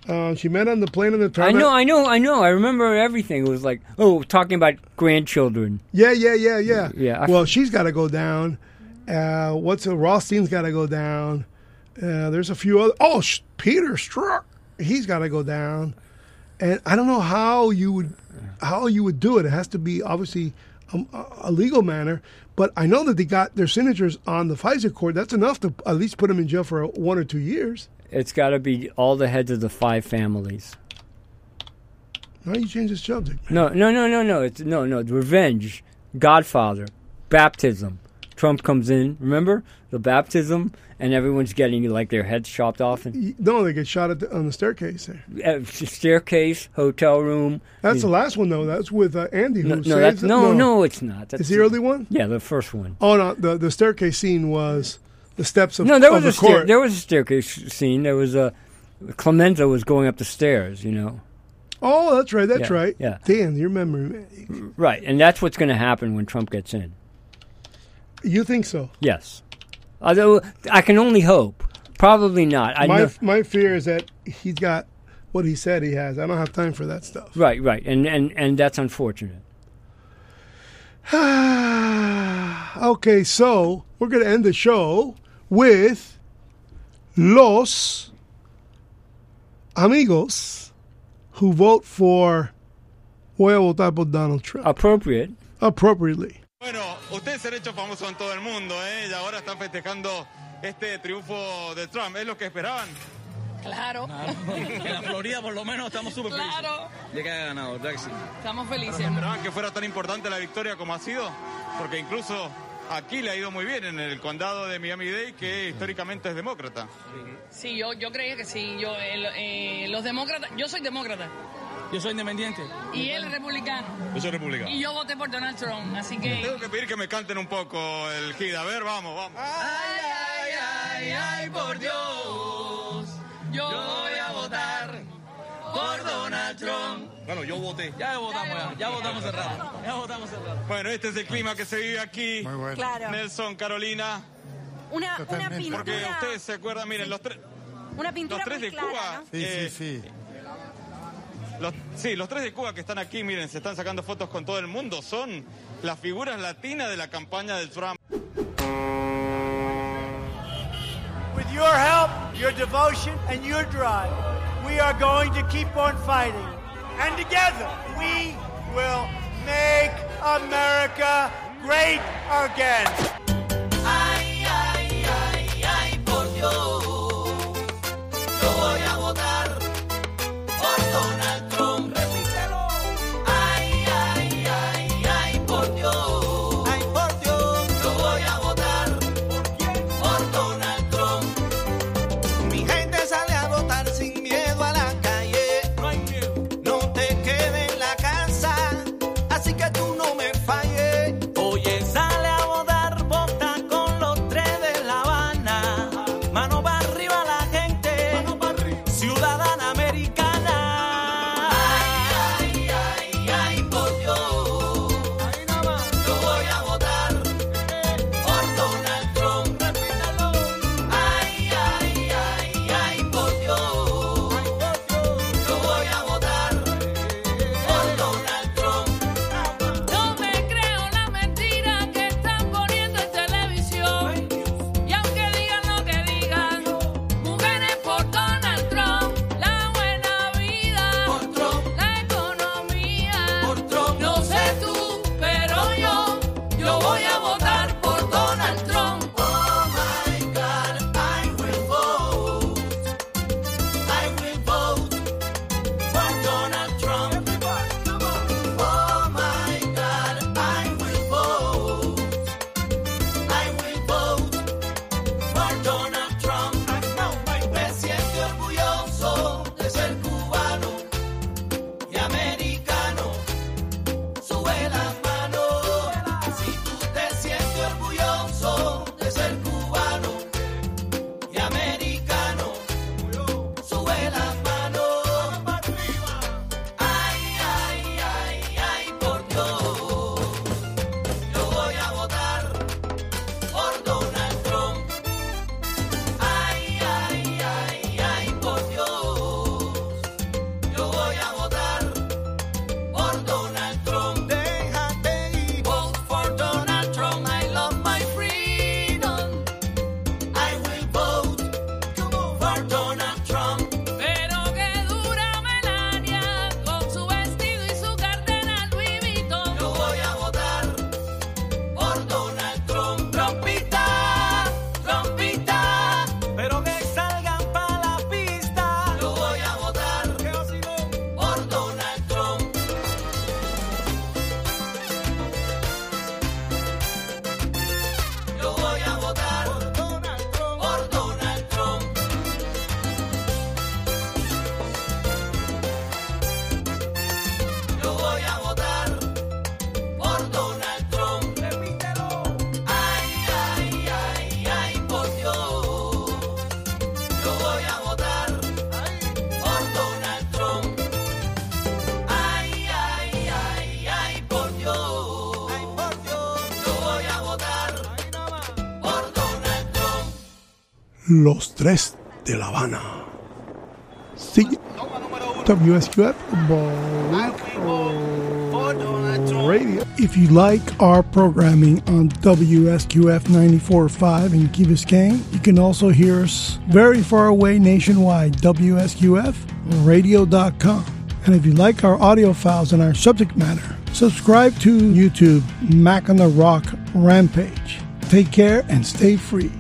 Uh, she met on the plane in the
I
tarmac.
know, I know, I know. I remember everything. It was like, oh, talking about grandchildren.
Yeah, yeah, yeah, yeah.
Yeah, I-
well, she's got to go down. Uh, what's a Rothstein's got to go down. Uh, there's a few other. Oh, sh- Peter Strzok, he's got to go down. And I don't know how you would how you would do it. It has to be obviously um, a, a legal manner. But I know that they got their signatures on the FISA court. That's enough to at least put them in jail for one or two years.
It's got to be all the heads of the five families.
Now you change the subject.
No, no, no, no, no. It's no, no. Revenge, Godfather, baptism. Trump comes in. Remember the baptism, and everyone's getting like their heads chopped off. And
Y- No, they get shot at the, on the staircase there.
uh, staircase, hotel room.
That's the last one though. That's with uh, Andy who
No,
saves.
no, that's,
it.
no, no, it's not. That's
Is the early one?
Yeah, the first one.
Oh no, the the staircase scene was the steps of
No, there
of
was
the
a stair-
court.
there was a staircase scene. There was a Clemenza was going up the stairs. You know,
oh, that's right, that's
Yeah,
right.
yeah.
Dan, your memory. man.
right? And that's what's going to happen when Trump gets in.
You think so?
Yes, although I can only hope. Probably not. I
my
know.
my fear is that he's got what he said he has. I don't have time for that stuff.
Right, right, and and and that's unfortunate.
okay, so we're gonna end the show with los amigos who vote for. Voy a votar por Donald Trump
Uh, Appropriate.
appropriately.
Bueno, ustedes se han hecho famosos en todo el mundo, ¿eh? Y ahora están festejando este triunfo de Trump. ¿Es lo que esperaban?
Claro,
En la Florida por lo menos estamos súper felices.
claro.
Ya que ha ganado Jackson.
Estamos felices.
¿Esperaban que fuera tan importante la victoria como ha sido? Porque incluso aquí le ha ido muy bien, en el condado de Miami-Dade, que históricamente es demócrata.
Sí, yo, yo creía que sí. Yo, el- eh, los demócratas, yo soy demócrata
Yo soy independiente.
y él republicano.
Yo soy republicano.
Y yo voté por Donald Trump, así que.
Tengo que pedir que me canten un poco el hit. A ver, vamos, vamos.
Ay, ay, ay, ay, por Dios. Yo voy a votar por Donald Trump.
Bueno, yo voté.
Ya votamos, ya, ya votamos cerrado. Ya votamos cerrado.
Bueno, este es el clima que se vive aquí.
Claro.
Nelson, Carolina,
Una, una
porque
pintura,
ustedes se acuerdan, miren, los, tres...
una
Los
pintura
tres
muy
de
clara,
Cuba.
¿no?
eh, Los, sí, los tres de Cuba que están aquí, miren, se están sacando fotos con todo el mundo. Son las figuras latinas de la campaña del Trump.
With your help, your devotion, and your drive, we are going to keep on fighting. And together, we will make America great again. Ay, ay, ay, ay, por Dios. Yo voy a votar por Donald Trump. Repítelo. Ay, ay, ay, ay, por Dios. Ay, por Dios. Yo voy a votar por quién? Por Donald Trump. Mi gente sale a votar sin miedo a la calle. No hay miedo. No te quedes en la casa, así que tú no me falles. Oye, sale a votar por Oh,
Los Tres de La Habana. See you. WSQF Bullock Radio. If you like our programming on WSQF 94.5 in Key Biscayne, you can also hear us very far away nationwide, WSQFradio.com. And if you like our audio files and our subject matter, subscribe to YouTube Mac on the Rock Rampage. Take care and stay free.